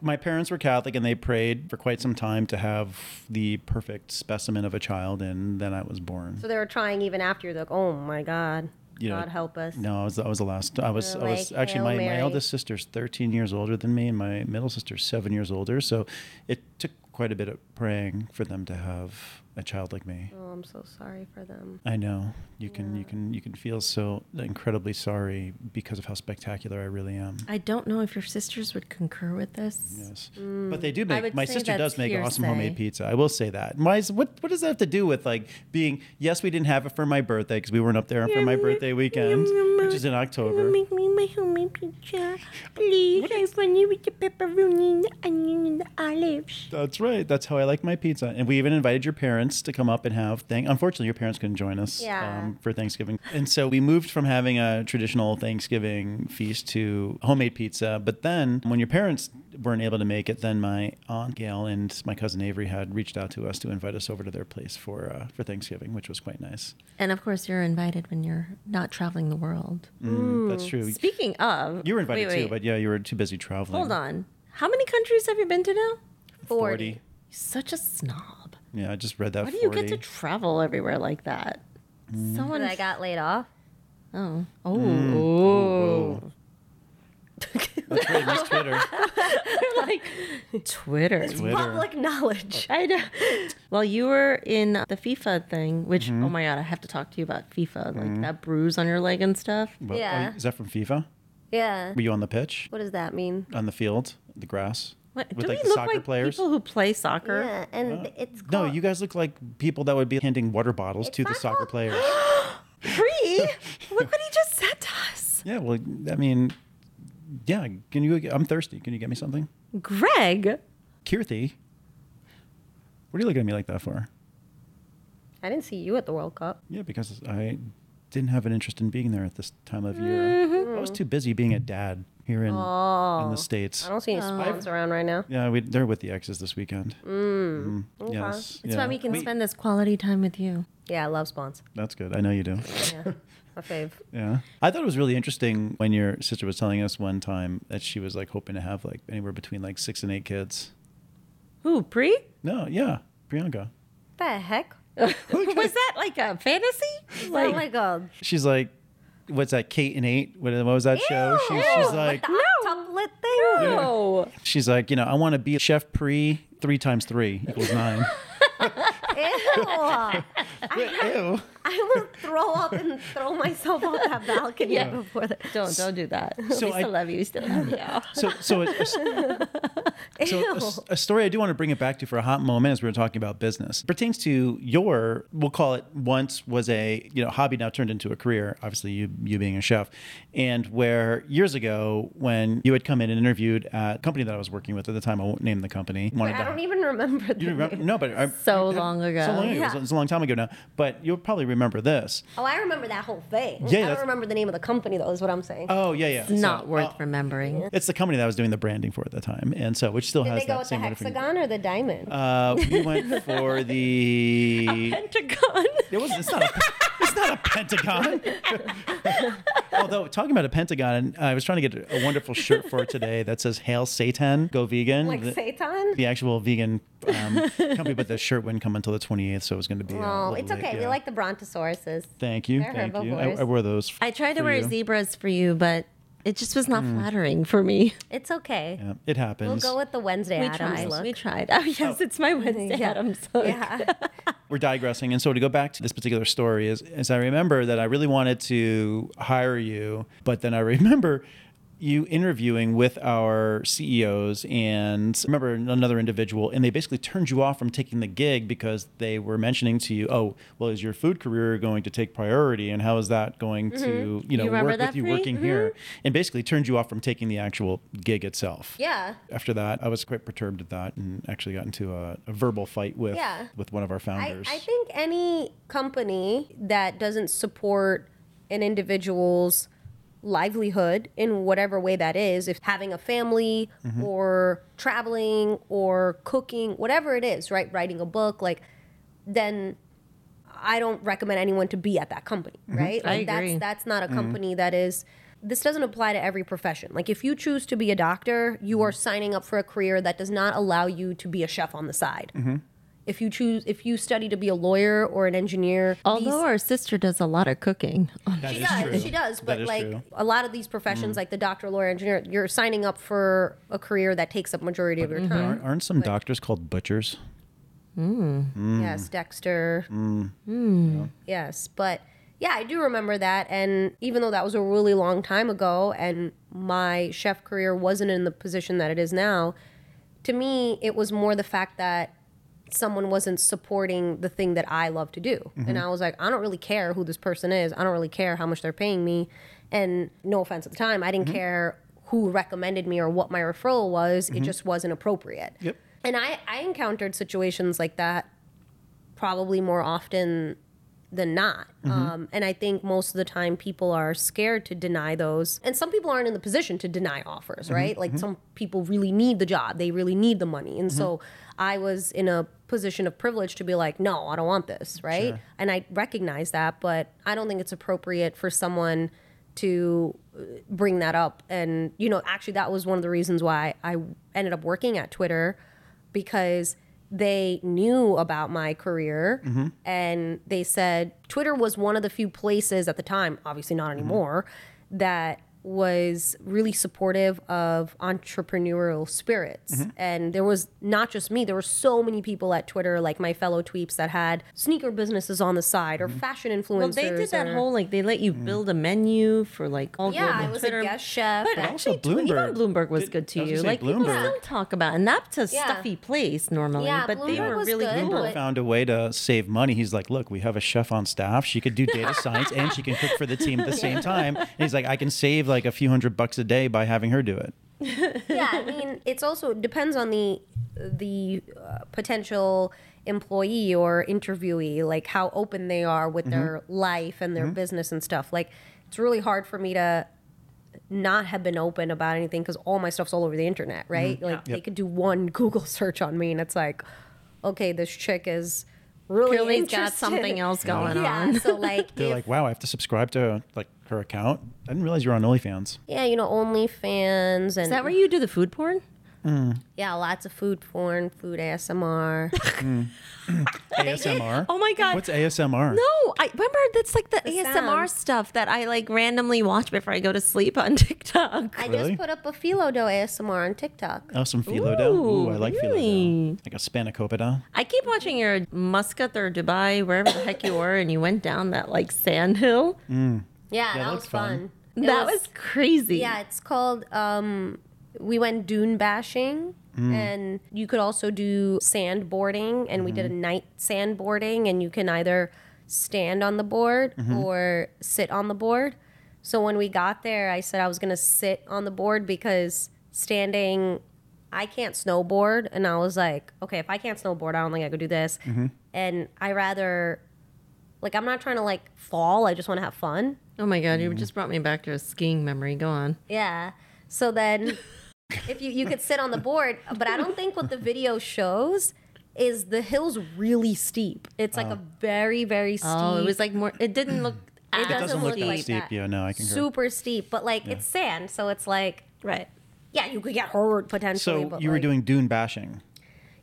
Speaker 3: My parents were Catholic and they prayed for quite some time to have the perfect specimen of a child, and then I was born.
Speaker 1: So they were trying even after you, like, oh my God,
Speaker 3: You know,
Speaker 1: God help us.
Speaker 3: No, I was I was the last. I was
Speaker 1: You're
Speaker 3: I was
Speaker 1: like,
Speaker 3: actually
Speaker 1: Hail
Speaker 3: my, my
Speaker 1: Mary.
Speaker 3: eldest sister's 13 years older than me, and my middle sister's seven years older. So it took quite a bit of praying for them to have a child like me.
Speaker 1: Oh, I'm so sorry for them.
Speaker 3: I know you can you can you can feel so incredibly sorry because of how spectacular I really am.
Speaker 2: I don't know if your sisters would concur with this.
Speaker 3: Yes, but they do
Speaker 2: Mm, I
Speaker 3: make.
Speaker 2: would
Speaker 3: My
Speaker 2: say
Speaker 3: sister does
Speaker 2: that's
Speaker 3: make awesome homemade
Speaker 2: hearsay.
Speaker 3: pizza. I will say that. Why is what what does that have to do with like being? Yes, we didn't have it for my birthday because we weren't up there for my birthday weekend, which is in October.
Speaker 2: Make me my homemade pizza, please. I want it with the pepperoni, and the onion, and the olives.
Speaker 3: That's right. That's how I like my pizza. And we even invited your parents to come up and have thing. Unfortunately, your parents couldn't join us um,
Speaker 1: Yeah.
Speaker 3: for Thanksgiving. And so we moved from having a traditional Thanksgiving feast to homemade pizza. But then when your parents weren't able to make it, then my aunt Gail and my cousin Avery had reached out to us to invite us over to their place for uh, for Thanksgiving, which was quite nice.
Speaker 2: And of course, you're invited when you're not traveling the world.
Speaker 3: Mm, That's true.
Speaker 2: Speaking of,
Speaker 3: You were invited
Speaker 2: wait,
Speaker 3: too,
Speaker 2: wait.
Speaker 3: but yeah, you were too busy traveling.
Speaker 2: hold on. How many countries have you been to now?
Speaker 1: Forty.
Speaker 2: You're such a snob.
Speaker 3: Yeah, I just read that.
Speaker 2: Why do
Speaker 3: 40.
Speaker 2: you get to travel everywhere like that?
Speaker 3: Mm.
Speaker 2: Someone.
Speaker 1: When I got laid off.
Speaker 2: oh. Oh.
Speaker 3: Whoa. That's right, Miss Twitter.
Speaker 2: Twitter.
Speaker 3: Twitter.
Speaker 1: Public knowledge.
Speaker 2: I know. Well, you were in the FIFA thing, which
Speaker 3: Mm-hmm.
Speaker 2: oh my god, I have to talk to you about FIFA, like that bruise on your leg and stuff.
Speaker 3: But- oh,
Speaker 1: Yeah.
Speaker 3: is that from FIFA?
Speaker 1: Yeah.
Speaker 3: Were you on the pitch,
Speaker 1: What does that mean?
Speaker 3: on the field, the grass,
Speaker 2: What,
Speaker 3: with
Speaker 2: do
Speaker 3: like
Speaker 2: we
Speaker 3: the
Speaker 2: look
Speaker 3: soccer
Speaker 2: like
Speaker 3: players?
Speaker 2: people who play soccer?
Speaker 1: Yeah, and it's
Speaker 3: No,
Speaker 1: called,
Speaker 3: you guys look like people that would be handing water bottles
Speaker 1: It's
Speaker 3: to the
Speaker 1: not
Speaker 3: soccer
Speaker 1: called-
Speaker 3: players.
Speaker 2: Free? Look what he just said to us,
Speaker 3: yeah, well, I mean, yeah. Can you? I'm thirsty. Can you get me something,
Speaker 2: Greg.
Speaker 3: Kirthi? What are you looking at me like that for?
Speaker 1: I didn't see you at the World Cup.
Speaker 3: Yeah, because I didn't have an interest in being there at this time of year. I
Speaker 2: Mm-hmm.
Speaker 3: was too busy being a dad here in in
Speaker 2: Oh.
Speaker 3: the states.
Speaker 1: I don't see any spawns around right now.
Speaker 3: Yeah, we, they're with the exes this weekend. Mm. Yes,
Speaker 2: That's
Speaker 3: yeah.
Speaker 2: why we can spend this quality time with you.
Speaker 1: Yeah, I love spawns.
Speaker 3: That's good. I know you do.
Speaker 1: My fave.
Speaker 3: Yeah. I thought it was really interesting when your sister was telling us one time that she was like hoping to have like anywhere between like six and eight kids.
Speaker 2: Who, Pre?
Speaker 3: No, yeah. Priyanka.
Speaker 1: The heck?
Speaker 2: Was that like a fantasy?
Speaker 1: oh my god.
Speaker 3: She's like, what's that, Kate and Eight? What, what was that show? She, she's like,
Speaker 1: The octuplet thing.
Speaker 5: No.
Speaker 3: she's like, you know, I want to be Chef Pri three times three equals nine.
Speaker 1: Ew.
Speaker 3: Ew.
Speaker 1: I will throw up and throw myself off that balcony before that.
Speaker 2: Don't don't do that.
Speaker 3: So
Speaker 2: we
Speaker 3: I-
Speaker 2: still love you. We still love you.
Speaker 3: So, so, a, so a, a story I do want to bring it back to for a hot moment as we were talking about business pertains to your, we'll call it once was a, you know, hobby now turned into a career, obviously you, you being a chef and where years ago when you had come in and interviewed at a company that I was working with at the time, I won't name the company. Wanted
Speaker 1: I
Speaker 3: to-
Speaker 1: don't even remember
Speaker 3: you
Speaker 1: the
Speaker 3: remember?
Speaker 1: name.
Speaker 3: No, but I,
Speaker 2: So long ago.
Speaker 3: so long ago.
Speaker 1: Yeah.
Speaker 3: It was a long time ago now, but you'll probably remember this.
Speaker 1: Oh, I remember that whole thing.
Speaker 3: Yeah,
Speaker 1: I don't
Speaker 3: that's-
Speaker 1: remember the name of the company though, is what I'm saying.
Speaker 3: Oh yeah, yeah. So-
Speaker 2: Not worth
Speaker 3: oh,
Speaker 2: remembering.
Speaker 3: It's the company that I was doing the branding for at the time, and so which still
Speaker 1: Did
Speaker 3: has
Speaker 1: they go
Speaker 3: that
Speaker 1: with the
Speaker 3: same wonderful-
Speaker 1: hexagon or the diamond?
Speaker 3: Uh, we went for the.
Speaker 2: Pentagon.
Speaker 3: It was. It's not. A, it's not a pentagon. Although talking about a pentagon, I was trying to get a wonderful shirt for today that says "Hail Satan, Go Vegan."
Speaker 1: like
Speaker 3: the,
Speaker 1: Satan?
Speaker 3: the actual vegan um, company, but the shirt wouldn't come until the 28th, so it was going to be. uh, a
Speaker 1: Oh,
Speaker 3: little
Speaker 1: it's
Speaker 3: late,
Speaker 1: okay. We
Speaker 3: yeah.
Speaker 1: like the brontosauruses.
Speaker 3: Thank you.
Speaker 1: They're
Speaker 3: Thank you. I,
Speaker 1: herbivores.
Speaker 3: I wore those. f-
Speaker 2: I tried to
Speaker 3: for
Speaker 2: wear
Speaker 3: you. Mm.
Speaker 2: zebras for you, but it just was not flattering for me.
Speaker 1: It's okay.
Speaker 3: Yeah, it
Speaker 1: We'll
Speaker 3: happens.
Speaker 1: go with the Wednesday Adams look.
Speaker 2: We tried. Oh yes, it's my Wednesday
Speaker 1: Yeah.
Speaker 2: Adams.
Speaker 1: Yeah.
Speaker 3: we're digressing. And so to go back to this particular story is, is I remember that I really wanted to hire you, but then I remember you interviewing with our CEOs and I remember another individual, and they basically turned you off from taking the gig because they were mentioning to you, "Oh, well, is your food career going to take priority, and how is that going to, you know,
Speaker 2: remember
Speaker 3: work with
Speaker 2: that,
Speaker 3: you
Speaker 2: Bree?
Speaker 3: working here?" And basically turned you off from taking the actual gig itself
Speaker 1: yeah.
Speaker 3: after that, I was quite perturbed at that and actually got into a, a verbal fight with
Speaker 1: Yeah.
Speaker 3: with one of our
Speaker 1: I,
Speaker 3: founders.
Speaker 1: I think any company that doesn't support an individual's livelihood in whatever way that is, if having a family or traveling or cooking, whatever it is, right? Writing a book, like, then I don't recommend anyone to be at that company, right?
Speaker 2: I
Speaker 1: Like,
Speaker 2: agree.
Speaker 1: That's that's not a company that is. This doesn't apply to every profession. Like if you choose to be a doctor, you are signing up for a career that does not allow you to be a chef on the side. if you choose if you study to be a lawyer or an engineer
Speaker 2: Although our sister does a lot of cooking.
Speaker 3: That
Speaker 1: she
Speaker 3: is
Speaker 1: does
Speaker 3: true.
Speaker 1: she does
Speaker 3: That
Speaker 1: but
Speaker 3: is
Speaker 1: like
Speaker 3: true. Mm.
Speaker 1: a lot of these professions like the doctor lawyer engineer you're signing up for a career that takes up majority of your time
Speaker 3: Aren't, aren't some doctors called butchers?
Speaker 1: yes dexter yes but yeah i do remember that and even though that was a really long time ago and my chef career wasn't in the position that it is now to me it was more the fact that someone wasn't supporting the thing that I love to do. And I was like, I don't really care who this person is. I don't really care how much they're paying me. And no offense at the time, I didn't care who recommended me or what my referral was. It just wasn't appropriate.
Speaker 3: Yep.
Speaker 1: And I, I encountered situations like that probably more often than not. Um, and I think most of the time people are scared to deny those. And some people aren't in the position to deny offers, right? Like some people really need the job, they really need the money. And so I was in a position of privilege to be like, no, I don't want this, right? And I recognize that, but I don't think it's appropriate for someone to uh, bring that up. And, you know, actually, that was one of the reasons why I ended up working at Twitter because they knew about my career and they said Twitter was one of the few places at the time, obviously not anymore, that was really supportive of entrepreneurial spirits. And there was not just me, there were so many people at Twitter, like my fellow tweeps, that had sneaker businesses on the side or fashion influencers.
Speaker 2: Well, they did that
Speaker 1: or-
Speaker 2: whole like they let you
Speaker 3: Mm.
Speaker 2: build a menu for like all
Speaker 1: Yeah,
Speaker 2: global
Speaker 1: I was
Speaker 2: Twitter.
Speaker 1: a guest chef.
Speaker 2: But,
Speaker 1: and-
Speaker 2: actually,
Speaker 3: also
Speaker 2: tw- even
Speaker 3: Bloomberg.
Speaker 2: Bloomberg was
Speaker 3: Did-
Speaker 2: good to
Speaker 3: I was gonna
Speaker 2: you.
Speaker 3: say
Speaker 2: Like people
Speaker 3: Bloomberg.
Speaker 2: still talk about, and that's a
Speaker 1: Yeah.
Speaker 2: stuffy place normally,
Speaker 1: Yeah,
Speaker 2: but they
Speaker 1: Bloomberg
Speaker 2: were
Speaker 1: was
Speaker 2: really
Speaker 1: good,
Speaker 2: cool.
Speaker 1: but-
Speaker 3: Found a way to save money. He's like, look, we have a chef on staff. She could do data science and she can cook for the team at the same time. And he's like, I can save like a few hundred bucks a day by having her do it.
Speaker 1: yeah, I mean, it's also it depends on the the uh, potential employee or interviewee, like how open they are with
Speaker 3: Mm-hmm.
Speaker 1: their life and their business and stuff. Like, it's really hard for me to not have been open about anything because all my stuff's all over the internet,
Speaker 3: Mm-hmm.
Speaker 1: right? Like, they could do one Google search on me, and it's like, okay, this chick is really
Speaker 2: Clearly has got
Speaker 1: interested.
Speaker 2: something else going
Speaker 1: yeah,
Speaker 2: on.
Speaker 1: so like,
Speaker 3: They're
Speaker 1: if-
Speaker 3: like, wow, I have to subscribe to like her account. I didn't realize you were on OnlyFans.
Speaker 1: yeah, you know, OnlyFans and
Speaker 2: Is that where you do the food porn?
Speaker 1: yeah, lots of food porn, food ASMR.
Speaker 3: ASMR.
Speaker 2: Oh my god.
Speaker 3: What's ASMR?
Speaker 2: no, I remember that's like the, ASMR
Speaker 1: sound.
Speaker 2: stuff that I like randomly watch before I go to sleep on TikTok.
Speaker 1: I
Speaker 3: Really?
Speaker 1: just put up a philo dough ASMR on TikTok.
Speaker 3: Oh, some phyllo dough. Ooh, I like phyllo
Speaker 2: really?
Speaker 3: dough. Like a spanakopita.
Speaker 2: I keep watching your Muscat or Dubai, wherever the heck you were, and you went down that like sand hill.
Speaker 1: Yeah, that
Speaker 3: looked
Speaker 1: was
Speaker 3: fun.
Speaker 1: fun. It
Speaker 2: that was, crazy.
Speaker 1: yeah, it's called um we went dune bashing and you could also do sandboarding and we did a night sandboarding and you can either stand on the board or sit on the board. So when we got there, I said I was going to sit on the board because standing I can't snowboard and I was like, okay, if I can't snowboard, I don't think I could do this. And I rather like I'm not trying to like fall, I just want to have fun.
Speaker 2: Oh my god, you just brought me back to a skiing memory. Go on.
Speaker 1: Yeah. So then if you you could sit on the board, but I don't think what the video shows is the hill's really steep. It's like a
Speaker 3: Oh.
Speaker 1: very very steep.
Speaker 2: Oh, it was like more. It didn't look.
Speaker 1: It
Speaker 2: as
Speaker 1: doesn't
Speaker 3: Doesn't look
Speaker 1: look
Speaker 3: that
Speaker 1: like
Speaker 3: steep.
Speaker 1: that.
Speaker 3: Yeah, no, I can
Speaker 1: super steep, but like it's sand, so it's like
Speaker 2: right.
Speaker 1: yeah, you could get hurt potentially.
Speaker 3: So
Speaker 1: but
Speaker 3: you were
Speaker 1: like-
Speaker 3: doing dune bashing.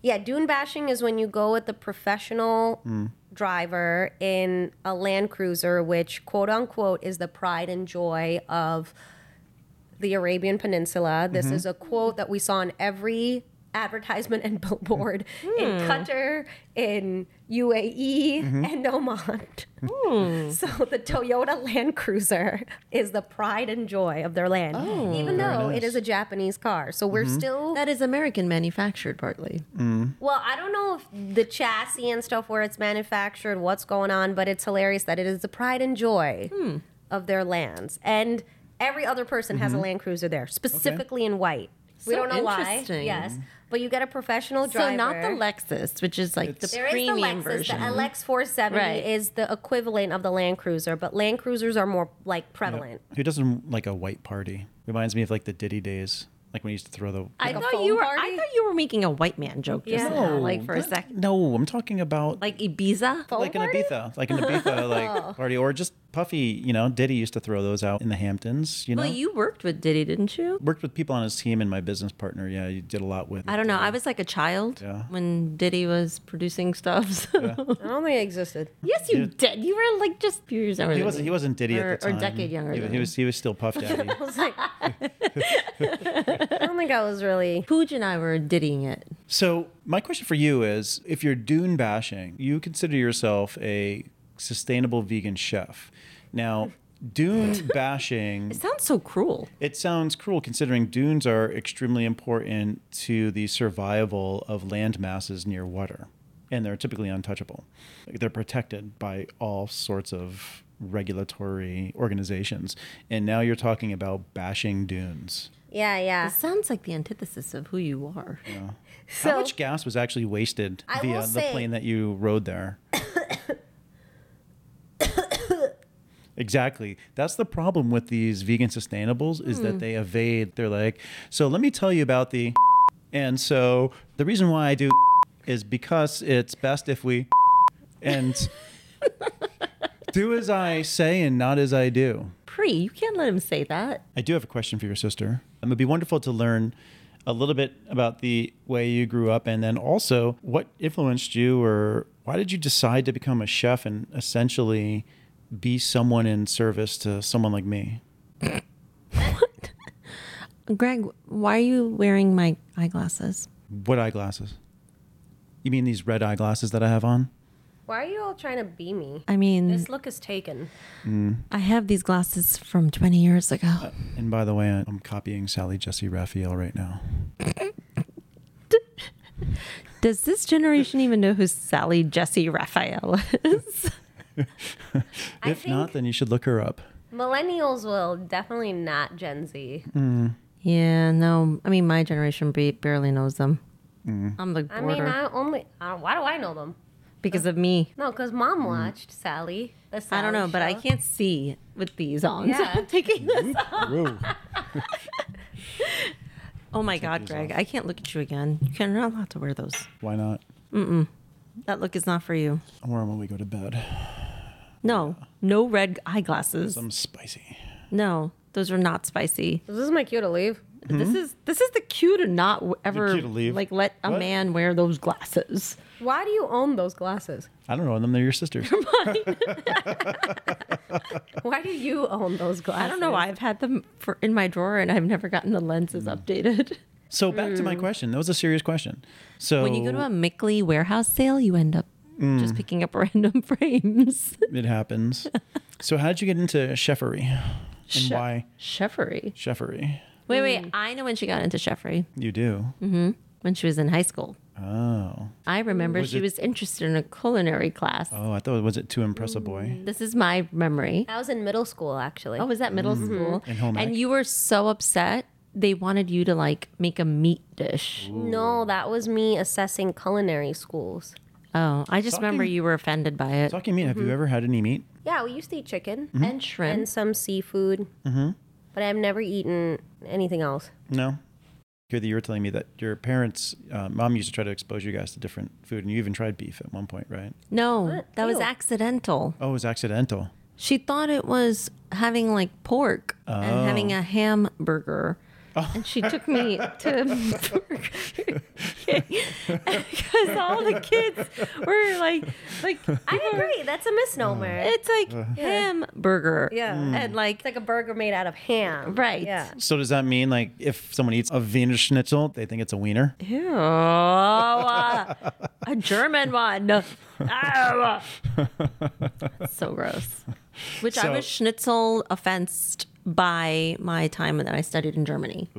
Speaker 1: yeah, dune bashing is when you go with the professional driver in a Land Cruiser, which quote unquote is the pride and joy of the Arabian Peninsula. This is a quote that we saw in every advertisement and billboard in Qatar, in UAE, and Oman. So the Toyota Land Cruiser is the pride and joy of their land, even though it is a Japanese car. So we're still
Speaker 2: That is American manufactured, partly.
Speaker 1: well, I don't know if the chassis and stuff where it's manufactured, what's going on, but it's hilarious that it is the pride and joy
Speaker 2: Hmm.
Speaker 1: of their lands. And every other person has a Land Cruiser there, specifically in white. We
Speaker 2: Mm-hmm. So
Speaker 1: don't know why.
Speaker 2: interesting.
Speaker 1: Yes. But you get a professional driver.
Speaker 2: So not the Lexus, which is like the
Speaker 1: There is
Speaker 2: premium
Speaker 1: the Lexus.
Speaker 2: version.
Speaker 1: The LX470
Speaker 2: Right.
Speaker 1: is the equivalent of the Land Cruiser, but Land Cruisers are more like prevalent.
Speaker 3: Who doesn't like a white party? Reminds me of like the Diddy days. Like when he used to throw the.
Speaker 1: I
Speaker 2: I thought Oh, you were. I thought you were making a white man joke just
Speaker 1: Yeah.
Speaker 2: now, like for a
Speaker 3: Oh, that-
Speaker 2: second,
Speaker 3: No, I'm talking about
Speaker 2: like Ibiza.
Speaker 3: like an Ibiza, like an Ibiza like party, or just Puffy. You know, Diddy used to throw those out in the Hamptons. You know,
Speaker 2: Well, you worked with Diddy, didn't you?
Speaker 3: worked with people on his team and my business partner. Yeah, you did a lot with.
Speaker 2: I don't know. I was like a child
Speaker 3: Yeah.
Speaker 2: when Diddy was producing stuff. So.
Speaker 1: I don't think it existed.
Speaker 2: yes, you did. You were like just a few years younger.
Speaker 3: He
Speaker 2: than
Speaker 3: wasn't.
Speaker 2: me.
Speaker 3: He wasn't Diddy
Speaker 2: Or-
Speaker 3: at the
Speaker 2: or
Speaker 3: time.
Speaker 2: decade younger
Speaker 3: He,
Speaker 2: than
Speaker 3: he was. He was still Puff Daddy.
Speaker 1: I was like, I don't think I was really.
Speaker 2: Pooj and I were diddying it.
Speaker 3: so my question for you is: If you're dune bashing, you consider yourself a sustainable vegan chef. Now, dune bashing.
Speaker 2: It sounds so cruel.
Speaker 3: It sounds cruel considering dunes are extremely important to the survival of land masses near water, and they're typically untouchable. They're protected by all sorts of regulatory organizations. And now you're talking about bashing dunes.
Speaker 1: Yeah, yeah.
Speaker 2: It sounds like the antithesis of who you are.
Speaker 3: How
Speaker 1: So
Speaker 3: much gas was actually wasted
Speaker 1: I will
Speaker 3: via the
Speaker 1: say-
Speaker 3: plane that you rode there? exactly. That's the problem with these vegan sustainables is
Speaker 1: Hmm.
Speaker 3: that they evade. They're like, so let me tell you about the and so the reason why I do is because it's best if we and do as I say and not as I do.
Speaker 2: Pre, you can't let him say that.
Speaker 3: I do have a question for your sister. Um, It would be wonderful to learn a little bit about the way you grew up and then also what influenced you or why did you decide to become a chef and essentially be someone in service to someone like me?
Speaker 2: Greg, why are you wearing my eyeglasses?
Speaker 3: What eyeglasses? You mean these red eyeglasses that I have on?
Speaker 1: why are you all trying to be me?
Speaker 2: I mean,
Speaker 1: This look is taken.
Speaker 2: I have these glasses from 20 years ago.
Speaker 3: And by the way, I- I'm copying Sally Jesse Raphael right now.
Speaker 2: Does this generation even know who Sally Jesse Raphael is?
Speaker 3: If not,
Speaker 1: think-
Speaker 3: then you should look her up.
Speaker 1: Millennials will definitely not Gen Z.
Speaker 2: Mm, yeah, no. I mean, my generation ba- barely knows them.
Speaker 3: Mm-hmm.
Speaker 2: I'm the
Speaker 1: I
Speaker 2: border
Speaker 1: mean, I only. I don't, why do I know them?
Speaker 2: because of me.
Speaker 1: No, because mom watched Sally. The Sally
Speaker 2: Mm. I don't know, but I
Speaker 1: Show.
Speaker 2: can't see with these on. so
Speaker 1: Yeah.
Speaker 2: I'm taking this.
Speaker 3: Whoa.
Speaker 2: Oh my God, Greg, I can't look at you again. You can't- You're not allowed to wear those.
Speaker 3: Why not?
Speaker 2: That look is not for you.
Speaker 3: I'll wear 'em when we go to bed.
Speaker 2: No, no red eyeglasses.
Speaker 3: I'm spicy.
Speaker 2: No, those are not spicy.
Speaker 1: This is my cue to leave.
Speaker 2: This is this is the cue to not w- ever
Speaker 3: Hmm? cue to leave.
Speaker 2: like let a
Speaker 3: What?
Speaker 2: man wear those glasses.
Speaker 1: Why do you own those glasses?
Speaker 3: I don't know them. They're your sisters.
Speaker 1: Why do you own those glasses?
Speaker 2: I don't know. I've had them for in my drawer and I've never gotten the lenses
Speaker 3: Hmm.
Speaker 2: updated.
Speaker 3: So back to my question. That was a serious question. So
Speaker 2: Mm. When you go to a Mickley warehouse sale, you end up
Speaker 3: Hmm.
Speaker 2: just picking up random frames.
Speaker 3: it happens. so how did you get into chefery and
Speaker 2: Chef-
Speaker 3: why
Speaker 2: Chefery.
Speaker 3: chefery?
Speaker 2: Wait, wait. I know when she got into Chefery
Speaker 3: You do.
Speaker 2: Mm. when she was in high school.
Speaker 3: Oh,
Speaker 2: I remember
Speaker 3: Was
Speaker 2: she
Speaker 3: it-
Speaker 2: was interested in a culinary class.
Speaker 3: oh! I thought was it to impress a boy?
Speaker 2: This is my memory.
Speaker 1: I was in middle school actually.
Speaker 2: Oh, was that middle school?
Speaker 3: And Mm-hmm. home ec.
Speaker 2: and you were so upset. They wanted you to like make a meat dish.
Speaker 1: no, that was me assessing culinary schools.
Speaker 2: Oh, I just remember
Speaker 3: Talking-
Speaker 2: you were offended by it.
Speaker 3: Talking meat. Have
Speaker 2: Mm-hmm.
Speaker 3: you ever had any meat?
Speaker 1: Yeah, we used to eat chicken
Speaker 2: And shrimp.
Speaker 1: and some seafood, mm-hmm. but I've never eaten anything else.
Speaker 3: No. Here that you were telling me that your parents, uh, mom used to try to expose you guys to different food, and you even tried beef at one point, right?
Speaker 2: no,
Speaker 1: What?
Speaker 2: that was
Speaker 1: Ew.
Speaker 2: accidental.
Speaker 3: Oh, it was accidental.
Speaker 2: She thought it was having like pork
Speaker 3: Oh.
Speaker 2: and having a hamburger. And she took me to because all the kids were like, like
Speaker 1: I agree. That's a misnomer. It's
Speaker 2: it's like hamburger,
Speaker 1: Yeah. Mm.
Speaker 2: and like
Speaker 1: like a burger made out of ham.
Speaker 2: Right.
Speaker 1: Yeah.
Speaker 3: So does that mean like if someone eats a Wiener Schnitzel, they think it's a wiener?
Speaker 2: Ew. uh, a German one. Ow. so gross. Which I
Speaker 3: So-
Speaker 2: was schnitzel offensed by my time that I studied in Germany.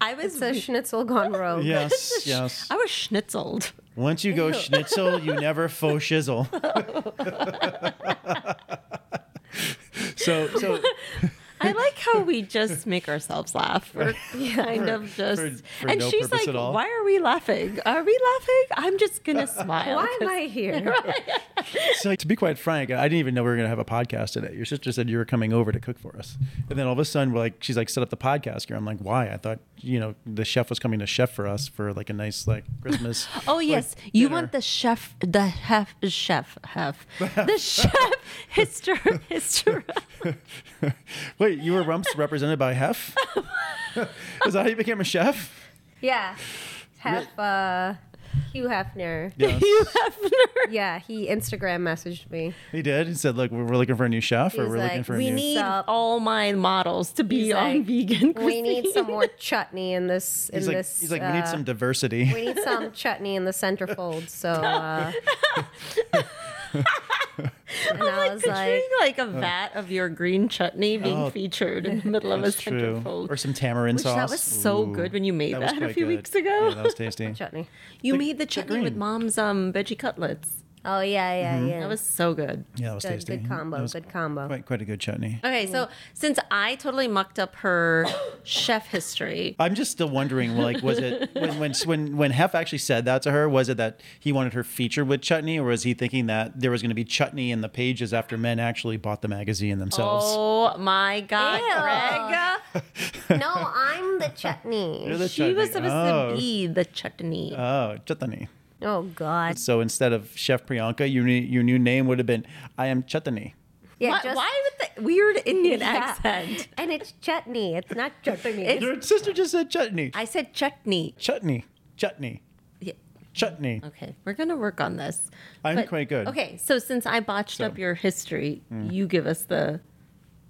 Speaker 2: I was
Speaker 1: It's a schnitzel gone rogue.
Speaker 3: Yes, yes.
Speaker 2: I was schnitzeled.
Speaker 3: Once you go schnitzel, you never faux shizzle. so, so
Speaker 2: I like how we just make ourselves laugh. We're kind of
Speaker 3: For-
Speaker 2: just.
Speaker 3: for- for
Speaker 2: and
Speaker 3: no
Speaker 2: she's
Speaker 3: purpose
Speaker 2: like,
Speaker 3: at all.
Speaker 2: "Why are we laughing? Are we laughing? I'm just gonna smile."
Speaker 1: Why am I here?
Speaker 3: So to be quite frank, I didn't even know we were going to have a podcast today. Your sister said you were coming over to cook for us, and then all of a sudden, we're like, she's like, set up the podcast here. I'm like, why? I thought you know the chef was coming to chef for us for like a nice like Christmas.
Speaker 2: Oh
Speaker 3: like,
Speaker 2: yes, you
Speaker 3: dinner.
Speaker 2: want the chef, the hef, chef, hef, the chef, hister, hister.
Speaker 3: Wait, you were Rumps represented by Hef? Is that how you became a chef?
Speaker 1: yeah. Hef, uh, Hugh Hefner.
Speaker 3: Yes.
Speaker 1: Yeah, he Instagram messaged me.
Speaker 3: he did. He said, "Look, we're we're looking for a new chef, or
Speaker 1: was
Speaker 3: we're looking
Speaker 1: like,
Speaker 3: for a
Speaker 2: We
Speaker 3: new."
Speaker 2: need
Speaker 1: Sup?
Speaker 2: all my models to be
Speaker 1: He's
Speaker 2: on
Speaker 1: like,
Speaker 2: vegan. Cuisine.
Speaker 1: We need some more chutney in this. In
Speaker 3: he's like,
Speaker 1: this,
Speaker 3: he's like, we need
Speaker 1: uh,
Speaker 3: some diversity.
Speaker 1: We need some chutney in the centerfold. So, uh, and I was like,
Speaker 2: Picturing like a vat of your green chutney being
Speaker 3: uh, Oh,
Speaker 2: featured in the middle of a
Speaker 3: That's true.
Speaker 2: centerfold.
Speaker 3: Or some tamarind
Speaker 2: Which
Speaker 3: sauce.
Speaker 2: that was so good when you made
Speaker 3: was
Speaker 2: that a
Speaker 3: quite
Speaker 2: few
Speaker 3: good.
Speaker 2: weeks ago.
Speaker 3: Yeah, that was tasty.
Speaker 1: chutney.
Speaker 2: You
Speaker 3: The-
Speaker 2: made the
Speaker 3: the
Speaker 2: chutney with
Speaker 3: green.
Speaker 2: mom's um, veggie cutlets.
Speaker 1: Oh yeah, yeah, yeah.
Speaker 2: That was so good.
Speaker 3: Yeah, that was
Speaker 1: good,
Speaker 3: Mm-hmm. tasty.
Speaker 1: good combo.
Speaker 3: That was
Speaker 1: good combo.
Speaker 3: Quite, quite a good chutney.
Speaker 2: Okay, so since I totally mucked up her chef history,
Speaker 3: I'm just still wondering, like, was it when when when when Hef actually said that to her? Was it that he wanted her featured with chutney, or was he thinking that there was going to be chutney in the pages after men actually bought the magazine themselves?
Speaker 2: oh my God,
Speaker 1: Ew. no, I'm the chutney.
Speaker 3: You're the
Speaker 2: Greg. She was
Speaker 3: chutney.
Speaker 2: supposed
Speaker 3: oh.
Speaker 2: to be the chutney.
Speaker 3: Oh, chutney.
Speaker 1: Oh God.
Speaker 3: So instead of Chef Priyanka, your new, your new name would have been I am chutney.
Speaker 1: Yeah,
Speaker 2: why, why with the weird Indian
Speaker 1: Yeah.
Speaker 2: accent?
Speaker 1: And it's chutney. It's not chutney.
Speaker 2: It's-
Speaker 3: Your sister just said chutney.
Speaker 2: I said chutney.
Speaker 3: Chutney. Chutney.
Speaker 2: Yeah.
Speaker 3: Chutney.
Speaker 2: Okay, we're gonna work on this.
Speaker 3: I'm quite good.
Speaker 2: Okay, so since I botched
Speaker 3: So- Mm.
Speaker 2: up your history, you give us the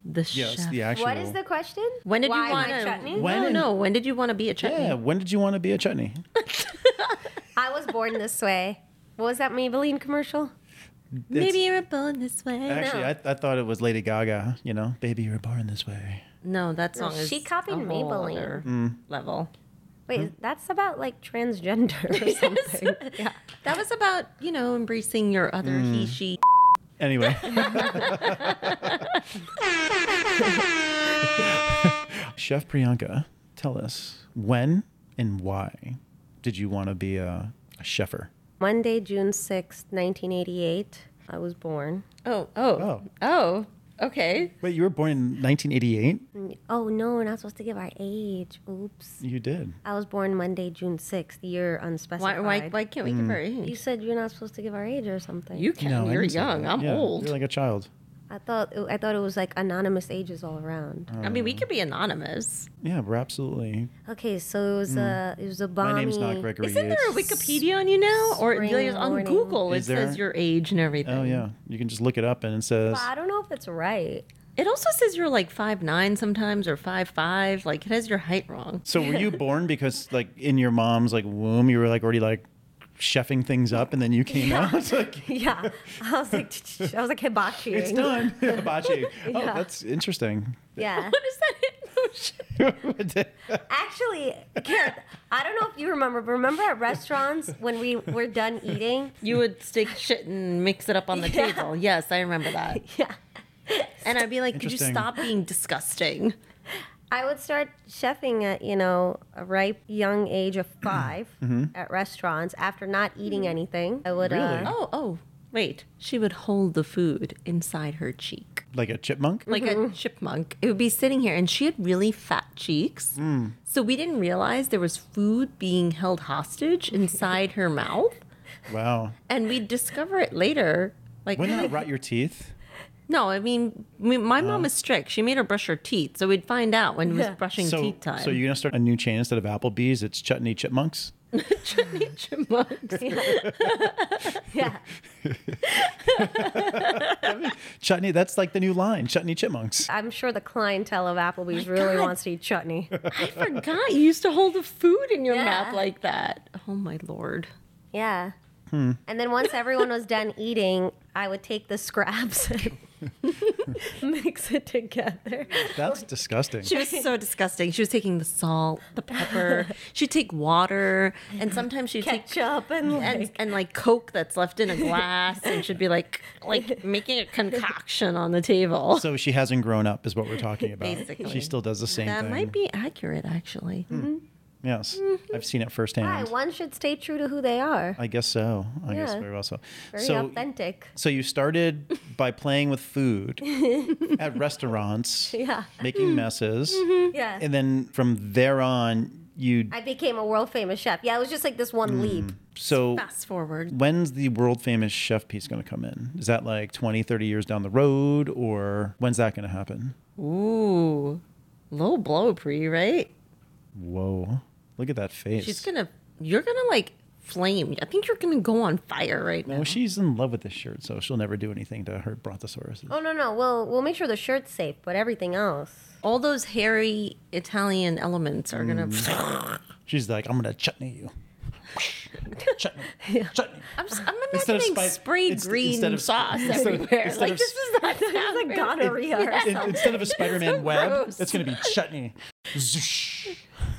Speaker 2: the
Speaker 3: Yes,
Speaker 2: chef.
Speaker 3: the actual.
Speaker 1: what is the question?
Speaker 2: When did
Speaker 1: Why
Speaker 2: you want
Speaker 1: am I chutney?
Speaker 2: to?
Speaker 3: When
Speaker 2: no,
Speaker 3: in-
Speaker 2: no. When did you want to be a chutney?
Speaker 3: Yeah, when did you want to be a chutney?
Speaker 1: I was born this way. What was that Maybelline commercial?
Speaker 2: Maybe you were born this way.
Speaker 3: Actually,
Speaker 1: No.
Speaker 3: I, I thought it was Lady Gaga, you know, baby, you were born this way.
Speaker 2: no, that song is.
Speaker 1: she copied
Speaker 2: a whole
Speaker 1: Maybelline.
Speaker 2: other
Speaker 3: Mm.
Speaker 2: Level.
Speaker 1: Wait, that's about like transgender or something. Yeah.
Speaker 2: That was about you know embracing your other
Speaker 3: Mm.
Speaker 2: he she.
Speaker 3: Anyway. Chef Priyanka, tell us when and why did you want to be a, a chefer?
Speaker 1: Monday, June sixth, nineteen eighty-eight. I was born.
Speaker 2: Oh oh
Speaker 3: Oh.
Speaker 2: oh. Okay.
Speaker 3: Wait, you were born in 1988?
Speaker 1: Oh no, we're not supposed to give our age. Oops.
Speaker 3: You did.
Speaker 1: I was born Monday, June sixth. You're
Speaker 2: Why,
Speaker 1: unspecified.
Speaker 2: why, why can't we give her
Speaker 1: You
Speaker 2: age?
Speaker 1: said you're not supposed to give our age or something.
Speaker 2: You can.
Speaker 3: Hmm. I
Speaker 2: you're
Speaker 3: didn't say
Speaker 2: young.
Speaker 3: that.
Speaker 2: I'm
Speaker 3: Yeah,
Speaker 2: old.
Speaker 3: You're like a child.
Speaker 1: I thought I thought it was like anonymous ages all around.
Speaker 2: I mean,
Speaker 3: uh,
Speaker 2: we could be anonymous.
Speaker 3: Yeah, we're absolutely.
Speaker 1: Okay, so it was a it was a bomb.
Speaker 3: Mm. My name's not Gregory
Speaker 2: Isn't there a
Speaker 3: Yates.
Speaker 2: Wikipedia on you now, or
Speaker 1: Spring
Speaker 2: there's on
Speaker 1: morning.
Speaker 2: Google?
Speaker 3: Is
Speaker 2: it
Speaker 3: there?
Speaker 2: says your age and everything.
Speaker 3: Oh, yeah. You can just look it up and it says.
Speaker 1: I don't know if it's right.
Speaker 2: It also says you're like five nine sometimes or five five. Like it has your height wrong.
Speaker 3: So were you born because like in your mom's like womb you were like already like chefing things up and then you came out? It's like
Speaker 1: Yeah, I was like I was like hibachi.
Speaker 3: it's done. Hibachi. Oh, that's interesting.
Speaker 1: Yeah,
Speaker 2: What is that emotion?
Speaker 1: actually, Gareth, I don't know if you remember. but Remember at restaurants when we were done eating?
Speaker 2: You would stick shit and mix it up on the
Speaker 1: Yeah.
Speaker 2: table. Yes, I remember that.
Speaker 1: Yeah,
Speaker 2: And I'd be like, could you
Speaker 3: Interesting.
Speaker 2: stop being disgusting?
Speaker 1: I would start chefing at you know a ripe young age of 5
Speaker 3: Mm-hmm.
Speaker 1: at restaurants after not eating anything. I would.
Speaker 3: Mm. Really?
Speaker 1: Uh,
Speaker 2: Oh, oh, wait. She would hold the food inside her cheek.
Speaker 3: like a chipmunk?
Speaker 2: Like a chipmunk. It would be sitting here, and she had really fat cheeks. So we didn't realize there was food being held hostage inside her mouth.
Speaker 3: Wow.
Speaker 2: And we'd discover it later. Like,
Speaker 3: Wouldn't that rot your teeth?
Speaker 2: No, I mean, we, my mom was strict. She made her brush her teeth, so we'd find out when it was
Speaker 1: Yeah.
Speaker 2: brushing
Speaker 3: So
Speaker 2: teeth time.
Speaker 3: so you're gonna start a new chain instead of Applebee's, it's chutney chipmunks?
Speaker 2: chipmunks.
Speaker 1: yeah.
Speaker 3: Chutney, that's like the new line, chutney chipmunks.
Speaker 1: I'm sure the clientele of Applebee's really
Speaker 2: God.
Speaker 1: wants to eat chutney.
Speaker 2: I forgot you used to hold the food in your
Speaker 1: Yeah.
Speaker 2: mouth like that. Oh my lord.
Speaker 3: Hmm.
Speaker 1: Yeah. And then once everyone was done eating, I would take the scraps and mix it together.
Speaker 3: That's disgusting.
Speaker 2: She was so disgusting. She was taking the salt, the pepper. She'd take water, and sometimes she'd take
Speaker 1: Ketchup and
Speaker 2: and,
Speaker 1: like,
Speaker 2: and like Coke that's left in a glass, and she'd be like like making a concoction on the table.
Speaker 3: So she hasn't grown up, is what we're talking about.
Speaker 2: Basically.
Speaker 3: She still does the same
Speaker 2: that
Speaker 3: thing. Hmm.
Speaker 2: might be accurate, actually.
Speaker 3: Yes,
Speaker 1: Mm-hmm.
Speaker 3: I've seen it
Speaker 1: Why?
Speaker 3: firsthand.
Speaker 1: one should stay true to who they are.
Speaker 3: I guess so. I guess
Speaker 1: Yeah.
Speaker 3: very well so.
Speaker 1: Very
Speaker 3: so,
Speaker 1: authentic.
Speaker 3: so you started by playing with food at restaurants,
Speaker 1: Yeah.
Speaker 3: making messes,
Speaker 1: Yeah.
Speaker 3: and then from there on, you.
Speaker 1: I became a world famous chef. Yeah, it was just like this
Speaker 3: Hmm.
Speaker 1: one leap.
Speaker 3: So
Speaker 2: Fast forward.
Speaker 3: when's the world famous chef piece going to come in? Is that like 20, 30 years down the road, or when's that going to happen?
Speaker 2: Ooh, low blow, Pre. Right?
Speaker 3: Whoa! Look at that face.
Speaker 2: She's gonna. You're gonna like flame. I think you're gonna go on fire right now.
Speaker 3: Oh, she's in love with this shirt, so she'll never do anything to hurt brontosauruses.
Speaker 1: Oh no no, we'll we'll make sure the shirt's safe, but everything else.
Speaker 2: All those hairy Italian elements are gonna.
Speaker 3: Mm. She's like, I'm gonna chutney you. chutney, chutney.
Speaker 2: I'm, s- I'm
Speaker 3: Instead of
Speaker 2: imagining
Speaker 3: spice-
Speaker 2: sprayed
Speaker 3: inst-
Speaker 2: green
Speaker 3: instead of-
Speaker 2: sauce
Speaker 3: instead of-
Speaker 2: everywhere.
Speaker 3: instead
Speaker 2: like
Speaker 3: of
Speaker 2: this is not
Speaker 1: It's like gonorrhea or
Speaker 3: In-
Speaker 1: something.
Speaker 3: instead of a Spider-Man web,
Speaker 2: gross.
Speaker 3: it's gonna be chutney. Zoosh.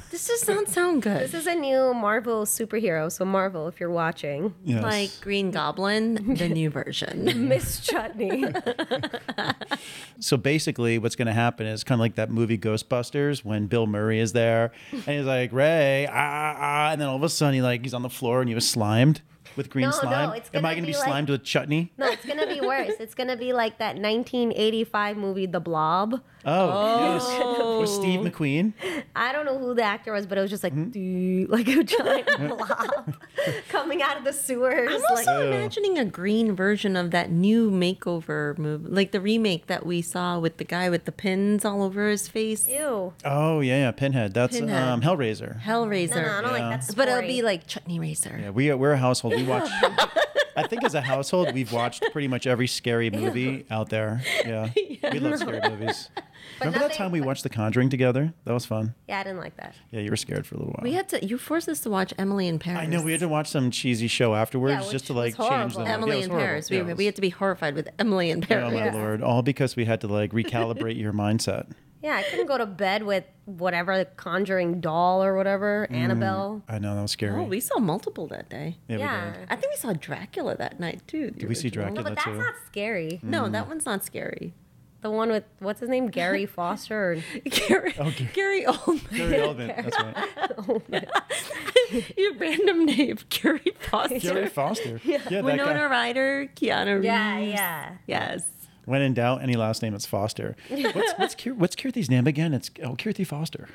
Speaker 2: This does not sound good.
Speaker 1: This is a new Marvel superhero, so Marvel, if you're watching,
Speaker 3: Yes.
Speaker 2: like Green Goblin, the new version.
Speaker 1: Miss Chutney.
Speaker 3: so basically, what's gonna happen is kind of like that movie Ghostbusters when Bill Murray is there and he's like, Ray, ah, ah, and then all of a sudden he like he's on the floor and he was slimed with green
Speaker 1: No, no,
Speaker 3: slime.
Speaker 1: it's
Speaker 3: Am
Speaker 1: gonna
Speaker 3: I gonna be,
Speaker 1: be like-
Speaker 3: slimed with chutney?
Speaker 1: No, it's gonna be worse. It's gonna be like that 1985 movie, The Blob.
Speaker 3: Oh, yes. With Steve McQueen.
Speaker 1: I don't know who the actor was, but it was just like, "Doo," like a giant blob coming out of the sewers.
Speaker 2: I'm
Speaker 1: like,
Speaker 2: also imagining a green version of that new makeover movie, like the remake that we saw with the guy with the pins all over his face.
Speaker 1: ew.
Speaker 3: Oh yeah, yeah, Pinhead. That's
Speaker 2: Pinhead.
Speaker 3: Um, Hellraiser.
Speaker 1: No, no, I
Speaker 2: Hellraiser.
Speaker 1: don't like that.
Speaker 2: But it'll
Speaker 1: story.
Speaker 2: be like Chutney Razor.
Speaker 3: Yeah, we we're a household. We watch. I think as a household, we've watched pretty much every scary movie out there. Yeah, we love scary movies. Remember that
Speaker 1: nothing-
Speaker 3: time we watched The Conjuring together? That was fun.
Speaker 1: yeah, I didn't like that.
Speaker 3: Yeah, you were scared for a little while.
Speaker 2: We had to. You forced us to watch Emily in Paris.
Speaker 3: I know we had to watch some cheesy show afterwards
Speaker 1: Yeah,
Speaker 3: just to like
Speaker 1: which was
Speaker 3: change
Speaker 1: horrible.
Speaker 3: the mood.
Speaker 2: Emily
Speaker 3: Yeah, it was
Speaker 2: in
Speaker 3: horrible.
Speaker 2: Paris.
Speaker 3: Yeah,
Speaker 2: we,
Speaker 3: it
Speaker 2: we
Speaker 3: was-
Speaker 2: had to be horrified with Emily in
Speaker 3: Oh
Speaker 2: Paris.
Speaker 3: my lord! All because we had to like recalibrate your mindset.
Speaker 1: Yeah, I couldn't go to bed with whatever the Conjuring doll or whatever Annabelle.
Speaker 3: I know that was scary.
Speaker 2: Oh, we saw multiple that day.
Speaker 3: yeah, we
Speaker 1: yeah,
Speaker 3: did.
Speaker 2: I think we saw Dracula that night too. Did
Speaker 3: we see Mm.
Speaker 1: no, but
Speaker 3: Dracula? that
Speaker 1: that's
Speaker 3: too.
Speaker 1: not scary.
Speaker 2: No, that one's not scary.
Speaker 1: The one with what's his name, Gary Foster. Or,
Speaker 2: Gary,
Speaker 3: Oh,
Speaker 2: Gary Oldman.
Speaker 3: Gary Oldman. That's right.
Speaker 2: Your random name, Gary Foster.
Speaker 3: Gary Foster. Yeah, that
Speaker 2: Winona
Speaker 3: guy.
Speaker 2: Ryder, Keanu Reeves.
Speaker 1: yeah, yeah.
Speaker 2: Yes.
Speaker 3: When in doubt, any last name, it's Foster. What's what's, Kier- what's Kirthy's name again? It's oh Kirthy Foster.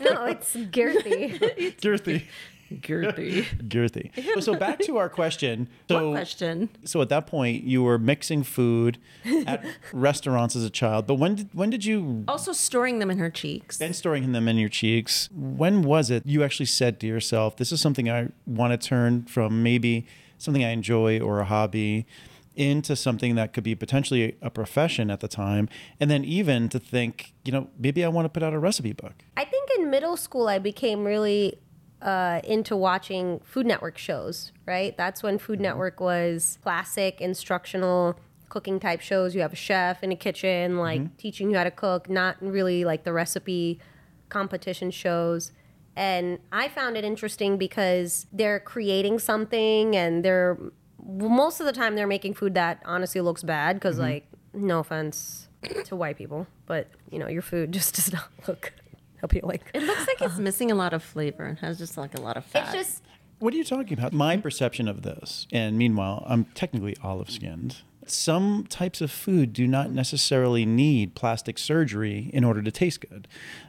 Speaker 1: No, it's Girthy.
Speaker 3: Girthy.
Speaker 5: Girthy.
Speaker 3: Girthy. So back to our question. So,
Speaker 2: what question?
Speaker 3: so at that point, you were mixing food at restaurants as a child. But when did when did you
Speaker 2: Also storing them in her cheeks.
Speaker 3: and storing them in your cheeks? When was it you actually said to yourself, "This is something I want to turn from maybe something I enjoy or a hobby." into something that could be potentially a profession at the time and then even to think you know maybe i want to put out a recipe book
Speaker 1: I think in middle school I became really uh, into watching Food Network shows. Right, that's when Food Network was classic instructional cooking type shows. You have a chef in a kitchen, like teaching you how to cook, not really like the recipe competition shows. And I found it interesting because they're creating something and they're well, most of the time they're making food that honestly looks bad because like no offense to white people but you know your food just does not look appealing
Speaker 2: It looks like it's missing a lot of flavor and has just like a lot of fat.
Speaker 1: it's just
Speaker 3: What are you talking about? My perception of this, and meanwhile, I'm technically olive skinned. Some types of food do not necessarily need plastic surgery in order to taste good.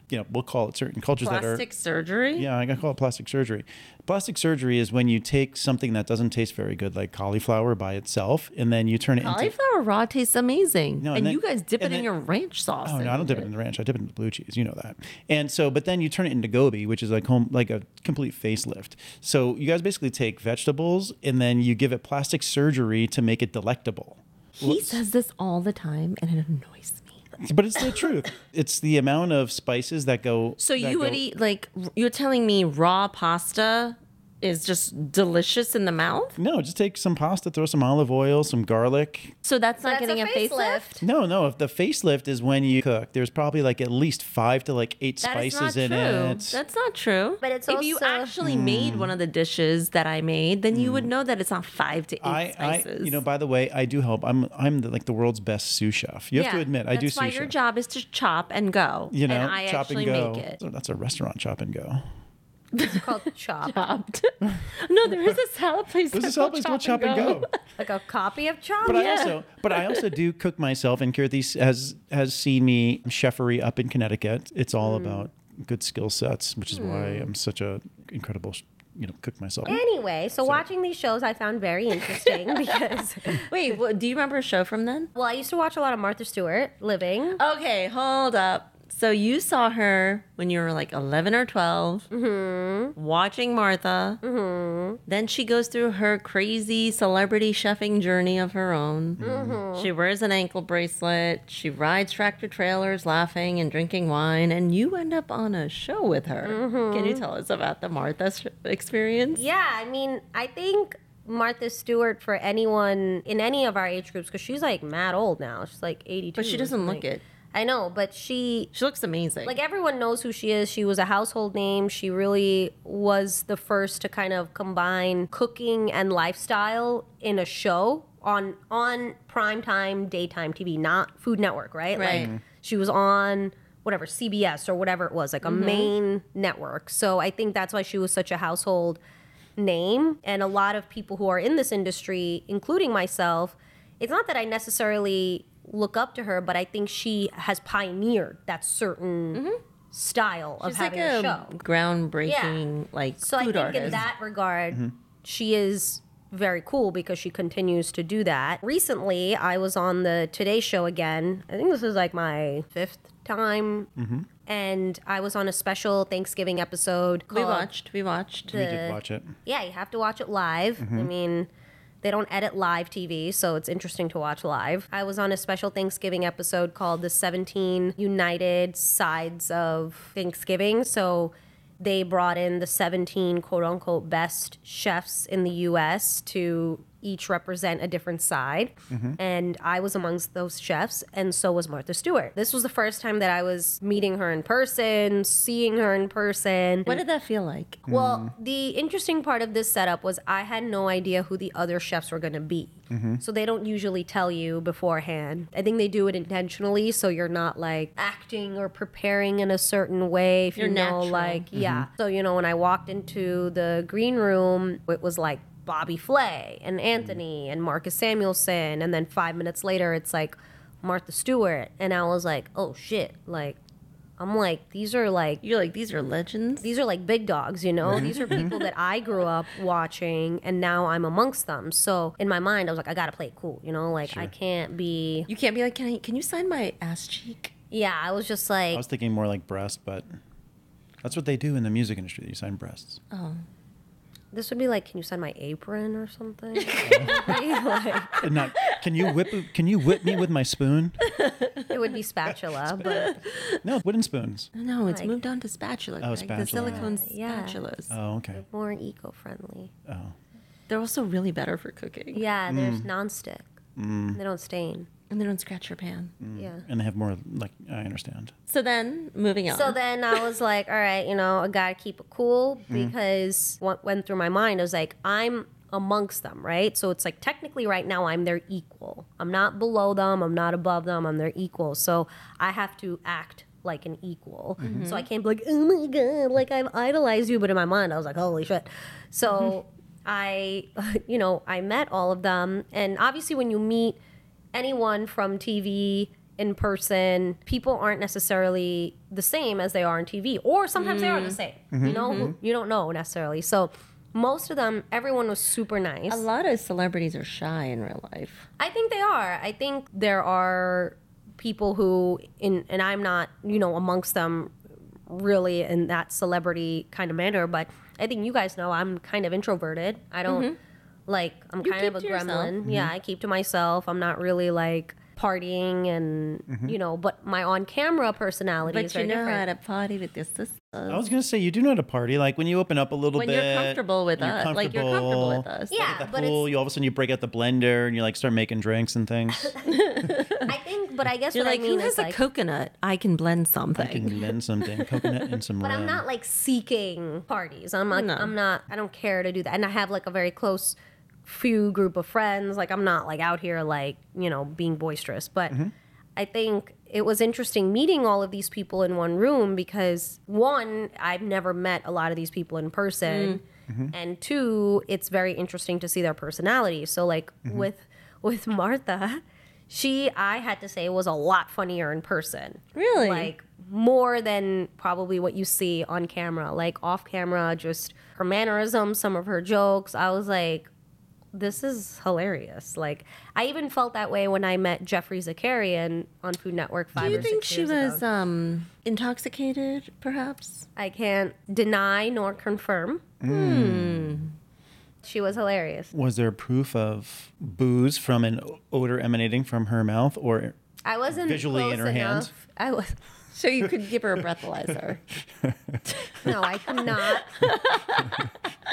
Speaker 3: You know, we'll call it certain cultures that are.
Speaker 2: plastic surgery.
Speaker 3: Yeah, I call it plastic surgery. Plastic surgery is when you take something that doesn't taste very good, like cauliflower by itself, and then you turn it into.
Speaker 2: Cauliflower raw tastes amazing.
Speaker 3: No, and
Speaker 2: and
Speaker 3: then-
Speaker 2: you guys dip it
Speaker 3: and
Speaker 2: in
Speaker 3: then-
Speaker 2: your ranch sauce.
Speaker 3: Oh
Speaker 2: and
Speaker 3: no, I don't dip it in the ranch. I dip it in the blue cheese. You know that. And so, but then you turn it into gobi, which is like home, like a complete facelift. So you guys basically take vegetables and then you give it plastic surgery to make it delectable.
Speaker 2: He says this all the time and it annoys me.
Speaker 3: But it's the truth. It's the amount of spices that go.
Speaker 2: So
Speaker 3: that
Speaker 2: you would
Speaker 3: go-
Speaker 2: eat like you're telling me raw pasta is just delicious in the mouth.
Speaker 3: No, just take some pasta, throw some olive oil, some garlic.
Speaker 2: So that's not
Speaker 1: That's
Speaker 2: getting a, facelift.
Speaker 3: No, no. If the facelift is when you cook, there's probably like at least five to like eight
Speaker 2: That is
Speaker 3: spices
Speaker 2: not
Speaker 3: in
Speaker 2: true.
Speaker 3: it. Hmm.
Speaker 2: That's not true.
Speaker 1: But it's
Speaker 2: if you
Speaker 1: also-
Speaker 2: actually made one of the dishes that I made, then you would know that it's not five to eight spices.
Speaker 3: you know, by the way, I do help. I'm, I'm the, like the world's best sous chef. You have to
Speaker 2: Yeah,
Speaker 3: admit, I do
Speaker 2: That's why
Speaker 3: sous
Speaker 2: your
Speaker 3: chef.
Speaker 2: job is to chop and go.
Speaker 3: you know,
Speaker 2: and I
Speaker 3: chop
Speaker 2: actually
Speaker 3: and go.
Speaker 2: make it.
Speaker 3: So that's a restaurant chop and go.
Speaker 1: It's called Chop.
Speaker 2: Chopped. no, there is a salad place.
Speaker 3: This is
Speaker 2: that's
Speaker 3: how it's called chop and go.
Speaker 1: Like a copy of Chop?
Speaker 3: But I also, but I also do cook myself, and Kirthi has has seen me chefery up in Connecticut. It's all about good skill sets, which is why I'm such a incredible, you know, cook myself.
Speaker 1: Anyway, so watching these shows I found very interesting because,
Speaker 2: Wait, what, do you remember a show from then?
Speaker 1: well, I used to watch a lot of Martha Stewart living.
Speaker 2: Okay, hold up. So you saw her when you were like 11 or 12,
Speaker 1: Mm-hmm.
Speaker 2: watching Martha. Mm-hmm. Then she goes through her crazy celebrity chefing journey of her own.
Speaker 1: Mm-hmm.
Speaker 2: She wears an ankle bracelet. She rides tractor trailers laughing and drinking wine. And you end up on a show with her. Can you tell us about the Martha sh- experience?
Speaker 1: Mm-hmm. Yeah, I mean, I think Martha Stewart for anyone in any of our age groups, because she's like mad old now. She's like 82.
Speaker 2: But she doesn't look
Speaker 1: like-
Speaker 2: it.
Speaker 1: I know, but she
Speaker 2: She looks amazing.
Speaker 1: like everyone knows who she is. She was a household name. She really was the first to kind of combine cooking and lifestyle in a show on on primetime daytime TV, not Food Network, right?
Speaker 2: Right.
Speaker 1: Like she was on whatever CBS or whatever it was, like a main network. So I think that's why she was such a household name and a lot of people who are in this industry including myself it's not that i necessarily look up to her but i think she has pioneered that certain style of
Speaker 2: She's like
Speaker 1: having
Speaker 2: a,
Speaker 1: a, show
Speaker 2: groundbreaking like
Speaker 1: so i
Speaker 2: food
Speaker 1: think
Speaker 2: artist.
Speaker 1: in that regard she is very cool because she continues to do that recently i was on the today show again i think this is like my fifth time and i was on a special thanksgiving episode
Speaker 2: we
Speaker 1: called-
Speaker 2: watched. We watched.
Speaker 3: we did watch it.
Speaker 1: yeah, you have to watch it live. I mean, they don't edit live TV, so it's interesting to watch live. I was on a special Thanksgiving episode called The 17 United Sides of Thanksgiving. So they brought in the 17 quote unquote best chefs in the US to each represent a different side. And I was amongst those chefs, and so was Martha Stewart. This was the first time that I was meeting her in person, seeing her in person.
Speaker 2: What did that feel like?
Speaker 1: Well, the interesting part of this setup was I had no idea who the other chefs were going to be. So they don't usually tell you beforehand. I think they do it intentionally so you're not like acting or preparing in a certain way. If
Speaker 2: You're
Speaker 1: you know,
Speaker 2: natural.
Speaker 1: like, yeah. So, you know, when I walked into the green room, it was like Bobby Flay and Anthony and Marcus Samuelson. And then five minutes later, it's like Martha Stewart. And I was like, oh shit. Like, I'm like, these are like
Speaker 2: You're like, these are legends.
Speaker 1: these are like big dogs, you know? These are people that I grew up watching and now I'm amongst them. So in my mind, I was like, I gotta play it cool, you know? Like, I can't be.
Speaker 2: you can't be like, can I? Can you sign my ass cheek?
Speaker 1: Yeah, I was just like,
Speaker 3: I was thinking more like breast, but that's what they do in the music industry. You sign breasts.
Speaker 1: this would be like, can you sign my apron or something? like,
Speaker 3: And not, can you whip? Can you whip me with my spoon?
Speaker 1: it would be spatula, but
Speaker 3: No, wooden spoons.
Speaker 2: No, it's
Speaker 1: Like-
Speaker 2: moved on to spatula.
Speaker 3: Oh,
Speaker 2: Greg, The
Speaker 3: spatula.
Speaker 2: silicone
Speaker 1: Yeah.
Speaker 2: spatulas.
Speaker 3: Oh, okay. Oh.
Speaker 1: more eco friendly.
Speaker 2: They're also really better for cooking,
Speaker 1: Yeah, there's nonstick, they don't stain.
Speaker 2: and they don't scratch your pan.
Speaker 3: Mm.
Speaker 1: Yeah.
Speaker 3: And they have more. Like I understand.
Speaker 2: So then, moving on.
Speaker 1: So then I was like, all right, you know, I gotta keep it cool because what went through my mind I was like, I'm amongst them, right? So it's like technically right now I'm their equal. I'm not below them, I'm not above them, I'm their equal. So I have to act like an equal. So I can't be like, oh my God, like I've idolized you. But in my mind, I was like, holy shit. So I, you know, I met all of them. And obviously, when you meet anyone from TV in person, people aren't necessarily the same as they are on TV, or sometimes they are the same. You know, you don't know necessarily. So most of them, everyone was super nice.
Speaker 2: a lot of celebrities are shy in real life.
Speaker 1: I think they are. I think there are people who, in and I'm not, you know, amongst them really in that celebrity kind of manner, but I think you guys know I'm kind of introverted. I don't like I'm
Speaker 2: Mm-hmm. You
Speaker 1: kind of a
Speaker 2: keep to yourself.
Speaker 1: gremlin. Yeah, I keep to myself. I'm not really like partying and you know, but my on camera personality is
Speaker 2: But
Speaker 1: very
Speaker 2: you know
Speaker 1: different.
Speaker 2: how to party with your sister.
Speaker 3: I was gonna say you do know how to party. Like when you open up a little
Speaker 2: When
Speaker 3: bit,
Speaker 2: you're comfortable with us, like you're comfortable with us.
Speaker 1: Yeah,
Speaker 3: At the
Speaker 1: but
Speaker 3: pool,
Speaker 1: it's-
Speaker 3: you all of a sudden you break out the blender and you like start making drinks and things.
Speaker 1: I think, but I guess
Speaker 2: You're
Speaker 1: what
Speaker 2: like,
Speaker 1: I mean
Speaker 2: who has
Speaker 1: is
Speaker 2: a
Speaker 1: like,
Speaker 2: coconut? I can blend something.
Speaker 3: I can blend something, coconut and some
Speaker 1: but
Speaker 3: rum.
Speaker 1: I'm not like seeking parties. I'm like,
Speaker 2: No.
Speaker 1: I'm not. I don't care to do that. And I have like a very close few group of friends. Like I'm not like out here like you know being boisterous. But I think it was interesting meeting all of these people in one room because one, I've never met a lot of these people in person. And two, it's very interesting to see their personalities. So like with with Martha, she I had to say was a lot funnier in person.
Speaker 2: Really?
Speaker 1: Like more than probably what you see on camera. Like off camera, just her mannerisms, some of her jokes. I was like, this is hilarious. Like I even felt that way when I met Jeffrey Zakarian on Food Network five
Speaker 2: Do you
Speaker 1: or
Speaker 2: think
Speaker 1: six
Speaker 2: she
Speaker 1: years
Speaker 2: was
Speaker 1: ago.
Speaker 2: um, intoxicated, perhaps?
Speaker 1: I can't deny nor confirm.
Speaker 2: Hmm.
Speaker 1: She was hilarious.
Speaker 3: Was there proof of booze from an odor emanating from her mouth, or
Speaker 1: I wasn't
Speaker 3: Visually
Speaker 1: close
Speaker 3: in her hand.
Speaker 1: enough. I was
Speaker 2: So you could give her a breathalyzer.
Speaker 1: no, I could not.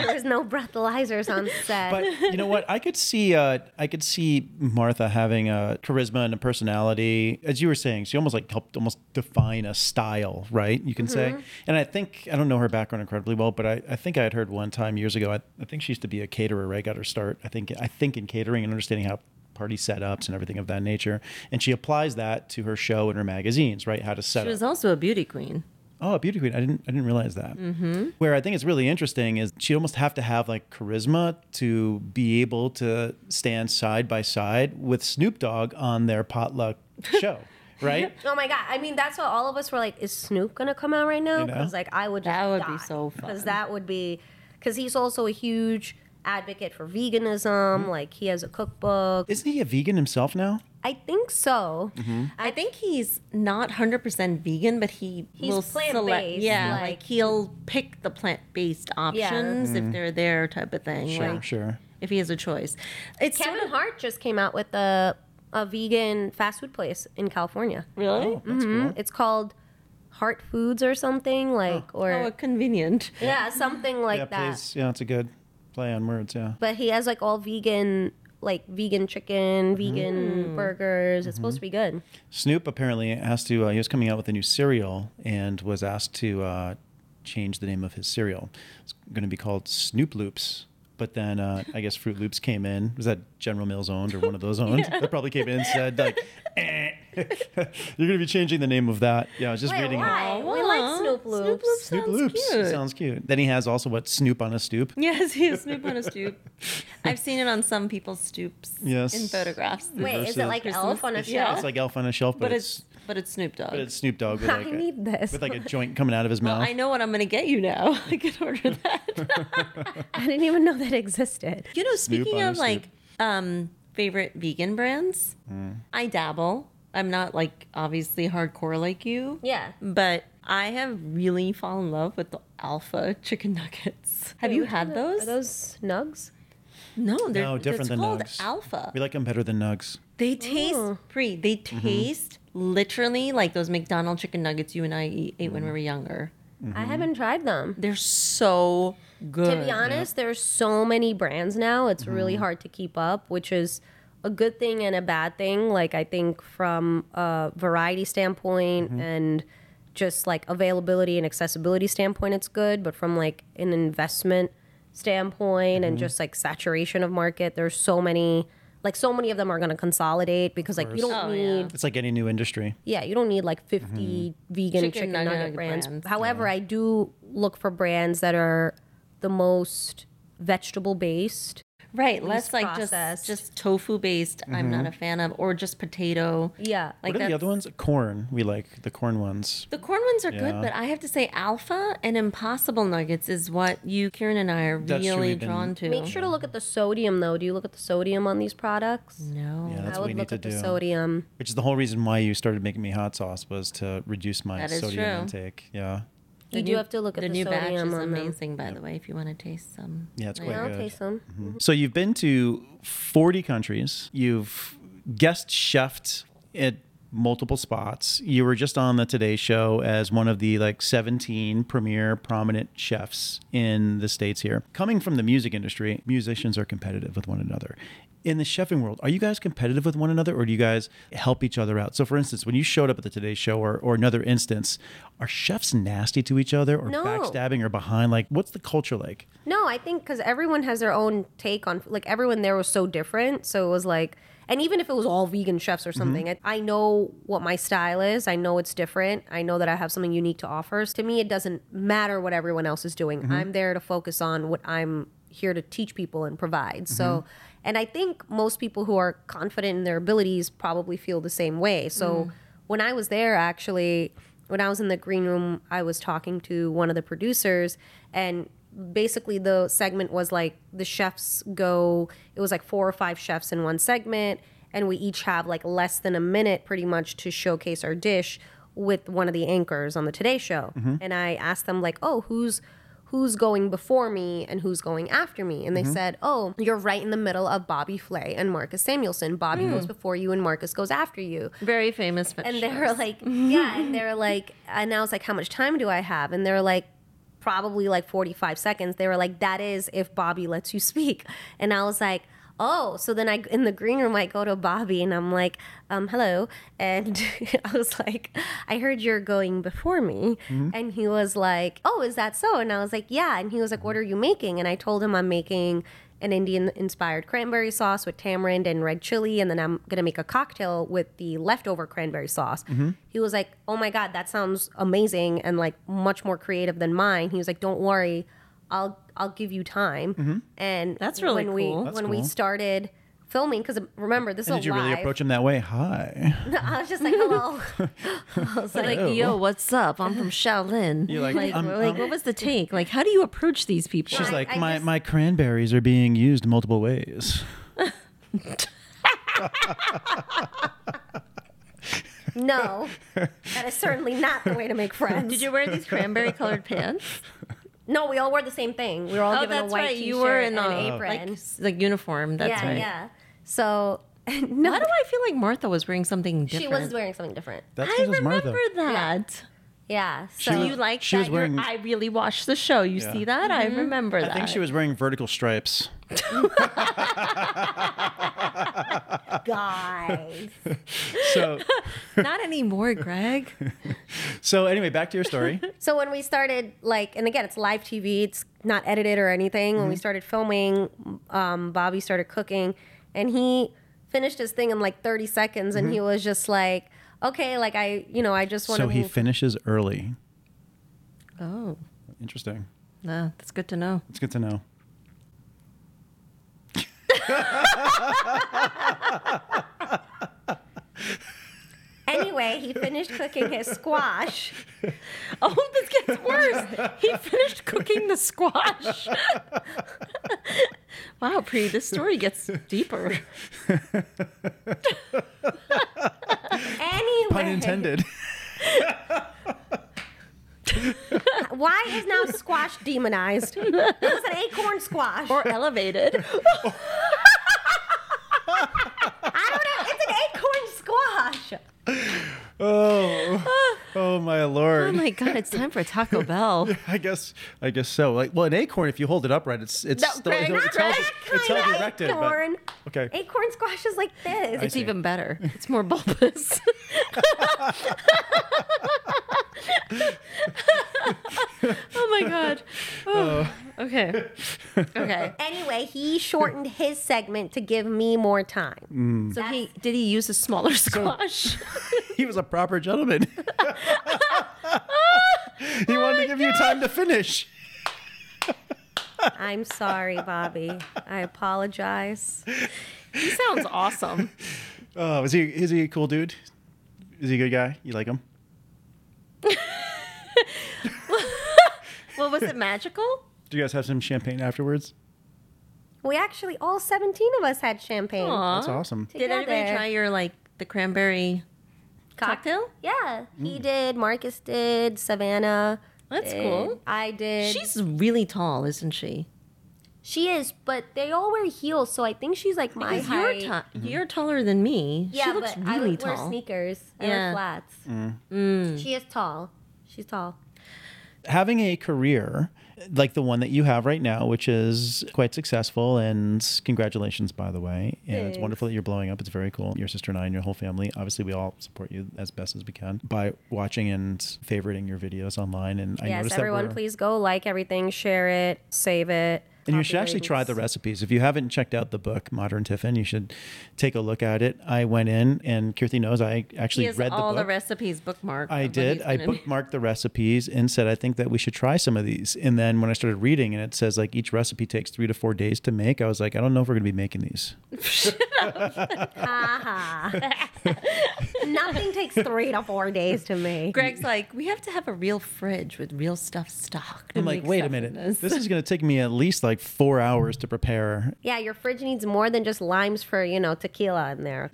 Speaker 1: there was no breathalyzers on set.
Speaker 3: But you know what? I could see uh, I could see Martha having a charisma and a personality. As you were saying, she almost like helped almost define a style, right? You can say. And I think I don't know her background incredibly well, but I, I think I had heard one time years ago. I, I think she used to be a caterer. Right, got her start. I think I think in catering and understanding how party setups and everything of that nature. And she applies that to her show and her magazines, right? How to set
Speaker 2: she
Speaker 3: up.
Speaker 2: was also a beauty queen.
Speaker 3: Oh, a beauty queen. I didn't I didn't realize that.
Speaker 1: Mm-hmm.
Speaker 3: Where I think it's really interesting is she'd almost have to have like charisma to be able to stand side by side with Snoop Dogg on their potluck show, right?
Speaker 1: Oh my god! I mean, that's what all of us were like. Is Snoop gonna come out right now?
Speaker 3: You know?
Speaker 1: Because like I would. Just
Speaker 2: That would be so
Speaker 1: Because
Speaker 2: fun.
Speaker 1: that would be, because he's also a huge advocate for
Speaker 3: Mm-hmm.
Speaker 1: veganism. Like he has a cookbook.
Speaker 3: Isn't he a vegan himself now?
Speaker 1: I think so.
Speaker 3: Mm-hmm.
Speaker 2: I think he's not 100% vegan, but he
Speaker 1: He's
Speaker 2: will select-
Speaker 1: plant-based,
Speaker 2: Yeah, like,
Speaker 1: like-
Speaker 2: he'll pick the plant based options if they're there, type of thing.
Speaker 3: Mm-hmm. Sure,
Speaker 2: like,
Speaker 3: sure.
Speaker 2: If he has a choice. It's
Speaker 1: Kevin
Speaker 2: sort of.
Speaker 1: Hart just came out with a a vegan fast food place in California.
Speaker 2: Really?
Speaker 3: Oh,
Speaker 1: Mm-hmm.
Speaker 3: that's cool.
Speaker 1: It's called Heart Foods or something like, or
Speaker 2: Oh, convenient.
Speaker 1: yeah, something like
Speaker 3: yeah,
Speaker 1: that.
Speaker 3: please. Yeah, it's a good play on words, yeah.
Speaker 1: but he has like all vegan like vegan chicken
Speaker 3: Mm-hmm.
Speaker 1: vegan burgers it's supposed to be good
Speaker 3: Snoop apparently asked to. Uh, he was coming out with a new cereal and was asked to uh, change the name of his cereal. It's going to be called Snoop Loops. But then uh, I guess Fruit Loops came in. Was that General Mills owned or one of those owned? That probably came in and said like, eh. "You're going to be changing the name of that." Yeah, I was just reading. it.
Speaker 1: we like snoop loops
Speaker 3: Snoop
Speaker 2: Snoop Loops sounds
Speaker 3: Loops
Speaker 2: cute.
Speaker 3: sounds cute. Then he has also what Snoop on a stoop.
Speaker 2: Yes, he has Snoop on a stoop. I've seen it on some people's stoops.
Speaker 3: Yes.
Speaker 2: In photographs.
Speaker 1: wait is it
Speaker 3: Versus-
Speaker 1: like
Speaker 2: Christmas.
Speaker 1: elf on a
Speaker 2: Yeah.
Speaker 1: shelf
Speaker 3: It's like Elf on a Shelf, but,
Speaker 2: But
Speaker 3: it's,
Speaker 2: it's but it's Snoop Dogg.
Speaker 3: but it's Snoop Dogg with like,
Speaker 1: i
Speaker 3: a,
Speaker 1: need this
Speaker 3: with like a joint coming out of his mouth.
Speaker 2: I know what I'm going to get you now. I can order that.
Speaker 1: i didn't even know that existed
Speaker 2: you know, speaking
Speaker 3: on a
Speaker 2: of
Speaker 3: Snoop.
Speaker 2: like um, favorite vegan brands,
Speaker 3: Mm.
Speaker 2: I dabble. I'm not like obviously hardcore like you,
Speaker 1: yeah
Speaker 2: but I have really fallen in love with the Alpha chicken nuggets. Have you had those?
Speaker 1: are those snugs
Speaker 2: No, they're
Speaker 3: No, different
Speaker 2: it's
Speaker 3: than
Speaker 2: called
Speaker 3: nugs.
Speaker 2: Alpha.
Speaker 3: We like him better than Nugs.
Speaker 2: They taste
Speaker 1: Oh.
Speaker 2: free. They
Speaker 3: Mm-hmm.
Speaker 2: taste literally like those McDonald's chicken nuggets you and I eat, ate
Speaker 3: Mm.
Speaker 2: when we were younger.
Speaker 1: i
Speaker 3: Mm-hmm.
Speaker 1: haven't tried them
Speaker 2: They're so good.
Speaker 1: to be honest there's so many brands now it's really hard to keep up which is a good thing and a bad thing like i think from a variety standpoint and just like availability and accessibility standpoint it's good but from like an investment standpoint and just like saturation of market there's so many like so many of them are going to consolidate because like you don't
Speaker 2: Oh, yeah.
Speaker 1: need
Speaker 3: It's like any new industry.
Speaker 1: yeah, you don't need like 50
Speaker 3: Mm-hmm.
Speaker 1: vegan
Speaker 2: Chicken
Speaker 1: chicken,
Speaker 2: nugget
Speaker 1: nugget,
Speaker 2: nugget
Speaker 1: brands.
Speaker 2: brands,
Speaker 1: However, I do look for brands that are the most vegetable based.
Speaker 2: right? Less like just
Speaker 1: processed.
Speaker 2: just tofu based. I'm
Speaker 3: Mm-hmm.
Speaker 2: not a fan of, or just potato.
Speaker 1: Yeah.
Speaker 2: Like
Speaker 3: What are the
Speaker 2: that's-
Speaker 3: other ones? Corn. We like the corn ones.
Speaker 2: The corn ones are good,
Speaker 3: Yeah.
Speaker 2: but I have to say, Alpha and Impossible Nuggets is what you, Kieran, and I are
Speaker 3: That's true,
Speaker 2: really
Speaker 3: we've been-
Speaker 2: drawn to.
Speaker 1: Make sure to look at the sodium though. Do you look at the sodium on these products?
Speaker 2: no,
Speaker 3: Yeah, that's
Speaker 1: I
Speaker 3: what
Speaker 1: would
Speaker 3: we need
Speaker 1: look
Speaker 3: to
Speaker 1: at
Speaker 3: do.
Speaker 1: the sodium.
Speaker 3: Which is the whole reason why you started making me hot sauce was to reduce my
Speaker 2: That is
Speaker 3: sodium
Speaker 2: true.
Speaker 3: intake. Yeah.
Speaker 1: you do have to look at
Speaker 2: the
Speaker 1: the,
Speaker 2: new batch
Speaker 1: sodium
Speaker 2: is
Speaker 1: on them.
Speaker 2: amazing, by the way. If you want to taste some,
Speaker 3: Yeah, it's
Speaker 2: Like-
Speaker 3: quite
Speaker 1: I'll
Speaker 3: good. Mm-hmm.
Speaker 1: taste them.
Speaker 3: So you've been to 40 countries. You've guest chefed at multiple spots. You were just on the Today Show as one of the like 17 premier prominent chefs in the States here. Coming from the music industry, musicians are competitive with one another. In the chefing world, are you guys competitive with one another or do you guys help each other out? So, for instance, when you showed up at the Today Show or, or another instance, are chefs nasty to each other or
Speaker 1: No.
Speaker 3: backstabbing or behind? Like, what's the culture like?
Speaker 1: No, I think because everyone has their own take on like everyone there was so different, so it was like, and even if it was all vegan chefs or something, I, I know what my style is. I know it's different. I know that I have something unique to offer. To me, it doesn't matter what everyone else is doing. I'm there to focus on what I'm here to teach people and provide. So, and I think most people who are confident in their abilities probably feel the same way. So, when I was there, actually, when I was in the green room, I was talking to one of the producers, and basically the segment was like the chefs go, it was like four or five chefs in one segment, and we each have like less than a minute pretty much to showcase our dish with one of the anchors on the Today Show. And I asked them, like, oh, who's who's going before me and who's going after me. And they said, Oh, you're right in the middle of Bobby Flay and Marcus Samuelson. Bobby goes before you and Marcus goes after you.
Speaker 2: Very famous.
Speaker 1: And they were like, Yeah. And they were like, And I was like, How much time do I have? And they were like, Probably like 45 seconds. They were like, That is if Bobby lets you speak. And I was like, Oh, so then I in the green room I go to Bobby and I'm like, um, hello, and I was like, I heard you're going before me, and he was like, oh, is that so? And I was like, yeah, and he was like, what are you making? And I told him I'm making an Indian inspired cranberry sauce with tamarind and red chili, and then I'm gonna make a cocktail with the leftover cranberry sauce.
Speaker 3: Mm-hmm.
Speaker 1: He was like, Oh my God, that sounds amazing and like much more creative than mine. He was like, Don't worry, I'll I'll give you time. And
Speaker 2: That's really
Speaker 1: when
Speaker 2: cool.
Speaker 1: we
Speaker 2: That's
Speaker 1: when we
Speaker 3: Mm-hmm. cool.
Speaker 1: started filming, because remember this
Speaker 3: And
Speaker 1: is
Speaker 3: did
Speaker 1: a
Speaker 3: you
Speaker 1: live.
Speaker 3: really approach him that way? Hi.
Speaker 1: I was just like, Hello. I was like,
Speaker 3: Oh.
Speaker 2: like, yo, what's up? I'm from Shaolin.
Speaker 3: You're like,
Speaker 2: like,
Speaker 3: I'm-
Speaker 2: like,
Speaker 3: I'm-
Speaker 2: what was the take? Like, how do you approach these people?
Speaker 3: She's
Speaker 1: I-
Speaker 3: like,
Speaker 1: I
Speaker 3: my,
Speaker 1: just-
Speaker 3: my cranberries are being used multiple ways.
Speaker 1: No, that is certainly not the way to make friends.
Speaker 2: did you wear these cranberry colored pants?
Speaker 1: No, we all wore the same thing. We were all
Speaker 2: Oh,
Speaker 1: given a
Speaker 2: that's
Speaker 1: white
Speaker 2: right.
Speaker 1: t-shirt
Speaker 2: You were in
Speaker 1: and
Speaker 2: a-
Speaker 1: an apron.
Speaker 2: Like, s- like uniform. That's
Speaker 1: yeah,
Speaker 2: right.
Speaker 1: yeah. So no,
Speaker 2: Why do I feel like Martha was wearing something different?
Speaker 1: she was wearing something different.
Speaker 3: That's
Speaker 2: I
Speaker 3: because it's
Speaker 2: remember
Speaker 3: Martha.
Speaker 2: that.
Speaker 1: Yeah. So
Speaker 2: Do you like
Speaker 3: she was
Speaker 2: that? You're-
Speaker 3: wearing-
Speaker 2: I really watched the show. You
Speaker 3: Yeah.
Speaker 2: see that? I remember that.
Speaker 3: I think she was wearing vertical stripes.
Speaker 1: guys.
Speaker 3: So,
Speaker 2: not anymore, Greg.
Speaker 3: so anyway, back to your story.
Speaker 1: So when we started, like, and again, it's live TV, it's not edited or anything.
Speaker 3: Mm-hmm.
Speaker 1: When we started filming, um, Bobby started cooking, and he finished his thing in like 30 seconds, and he was just like, okay, like I, you know, I just want
Speaker 3: Mm-hmm. so
Speaker 1: to.
Speaker 3: he finishes early.
Speaker 2: oh,
Speaker 3: Interesting.
Speaker 2: no, that's good to know.
Speaker 3: It's good to know.
Speaker 1: anyway, he finished cooking his squash.
Speaker 2: Oh, this gets worse. he finished cooking the squash. wow, Pre, this story gets deeper.
Speaker 1: Anyway,
Speaker 3: Pun intended.
Speaker 1: why is now squash demonized? It was an acorn squash.
Speaker 2: Or elevated.
Speaker 1: I don't know. It's an acorn squash.
Speaker 3: oh, oh my
Speaker 2: Oh
Speaker 3: lord.
Speaker 2: my god, it's time for Taco Bell.
Speaker 3: I guess, I guess so. Like, well, an acorn, if you hold it upright, it's it's
Speaker 2: No,
Speaker 3: still
Speaker 2: Greg,
Speaker 3: it's,
Speaker 2: not
Speaker 3: it's held,
Speaker 2: Greg.
Speaker 3: it's held
Speaker 1: Kinda
Speaker 3: erected. but-
Speaker 1: acorn.
Speaker 3: okay.
Speaker 1: Acorn squash is like this.
Speaker 2: It's even better. It's more bulbous. oh my god. Oh, okay. Okay.
Speaker 1: Anyway, he shortened his segment to give me more time.
Speaker 2: So he did he use a smaller squash?
Speaker 3: He was a proper gentleman. he
Speaker 2: Oh,
Speaker 3: wanted to give you time to finish.
Speaker 1: I'm sorry, Bobby. I apologize.
Speaker 2: he sounds awesome.
Speaker 3: Oh, is he is he a cool dude? Is he a good guy? You like him?
Speaker 2: Well, was it magical?
Speaker 3: Do you guys have some champagne afterwards?
Speaker 1: We actually, all 17 of us had champagne.
Speaker 2: Aw.
Speaker 3: Oh, That's awesome.
Speaker 2: Did anybody
Speaker 1: together.
Speaker 2: try your like the cranberry cocktail?
Speaker 1: Yeah, he did. Marcus did. Savannah.
Speaker 2: That's
Speaker 1: did,
Speaker 2: cool.
Speaker 1: I did.
Speaker 2: She's really tall, isn't she?
Speaker 1: She is, but they all wear heels, so I think she's like my
Speaker 2: Because you're,
Speaker 1: height.
Speaker 2: ta-
Speaker 3: Mm-hmm.
Speaker 2: you're taller than me.
Speaker 1: Yeah,
Speaker 2: she looks
Speaker 1: but I
Speaker 2: really
Speaker 1: wear
Speaker 2: tall.
Speaker 1: sneakers. I wear
Speaker 2: Yeah. Mm.
Speaker 1: flats. She is tall. She's tall.
Speaker 3: having a career like the one that you have right now, which is quite successful, and congratulations, by the way. And it's wonderful that you're blowing up. It's very cool. Your sister and I, and your whole family. Obviously, we all support you as best as we can by watching and favoriting your videos online. And I
Speaker 1: yes,
Speaker 3: noticed that
Speaker 1: everyone,
Speaker 3: we're-
Speaker 1: please go like everything, share it, save it.
Speaker 3: And you
Speaker 1: copy
Speaker 3: should actually try
Speaker 1: ratings.
Speaker 3: the recipes. If you haven't checked out the book Modern Tiffin, you should take a look at it. I went in, and Kirthi knows I
Speaker 2: She
Speaker 3: actually
Speaker 2: has
Speaker 3: read the
Speaker 2: all
Speaker 3: book.
Speaker 2: the recipes bookmarked.
Speaker 3: I
Speaker 2: of what
Speaker 3: did.
Speaker 2: he's
Speaker 3: I
Speaker 2: gonna make.
Speaker 3: bookmarked the recipes and said, I think that we should try some of these. And then when I started reading and it says like each recipe takes three to four days to make, I was like, I don't know if we're going to be making these.
Speaker 1: Nothing takes three to four days to make.
Speaker 2: Greg's like, we have to have a real fridge with real stuff stocked.
Speaker 3: I'm like, wait a minute. This is going to take me at least like four hours to prepare.
Speaker 1: Yeah, your fridge needs more than just limes for, you know, tequila in there.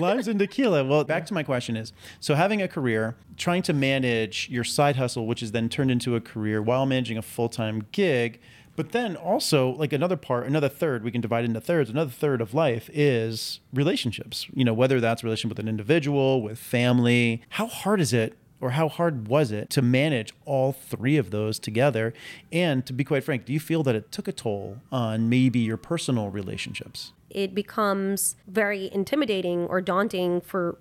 Speaker 3: Limes and tequila. Well, back to my question is so having a career, trying to manage your side hustle, which is then turned into a career while managing a full time gig. But then also, like another part, another third, we can divide into thirds. Another third of life is relationships, you know, whether that's a relationship with an individual, with family. How hard is it? Or how hard was it to manage all three of those together? And to be quite frank, do you feel that it took a toll on maybe your personal relationships?
Speaker 1: It becomes very intimidating or daunting for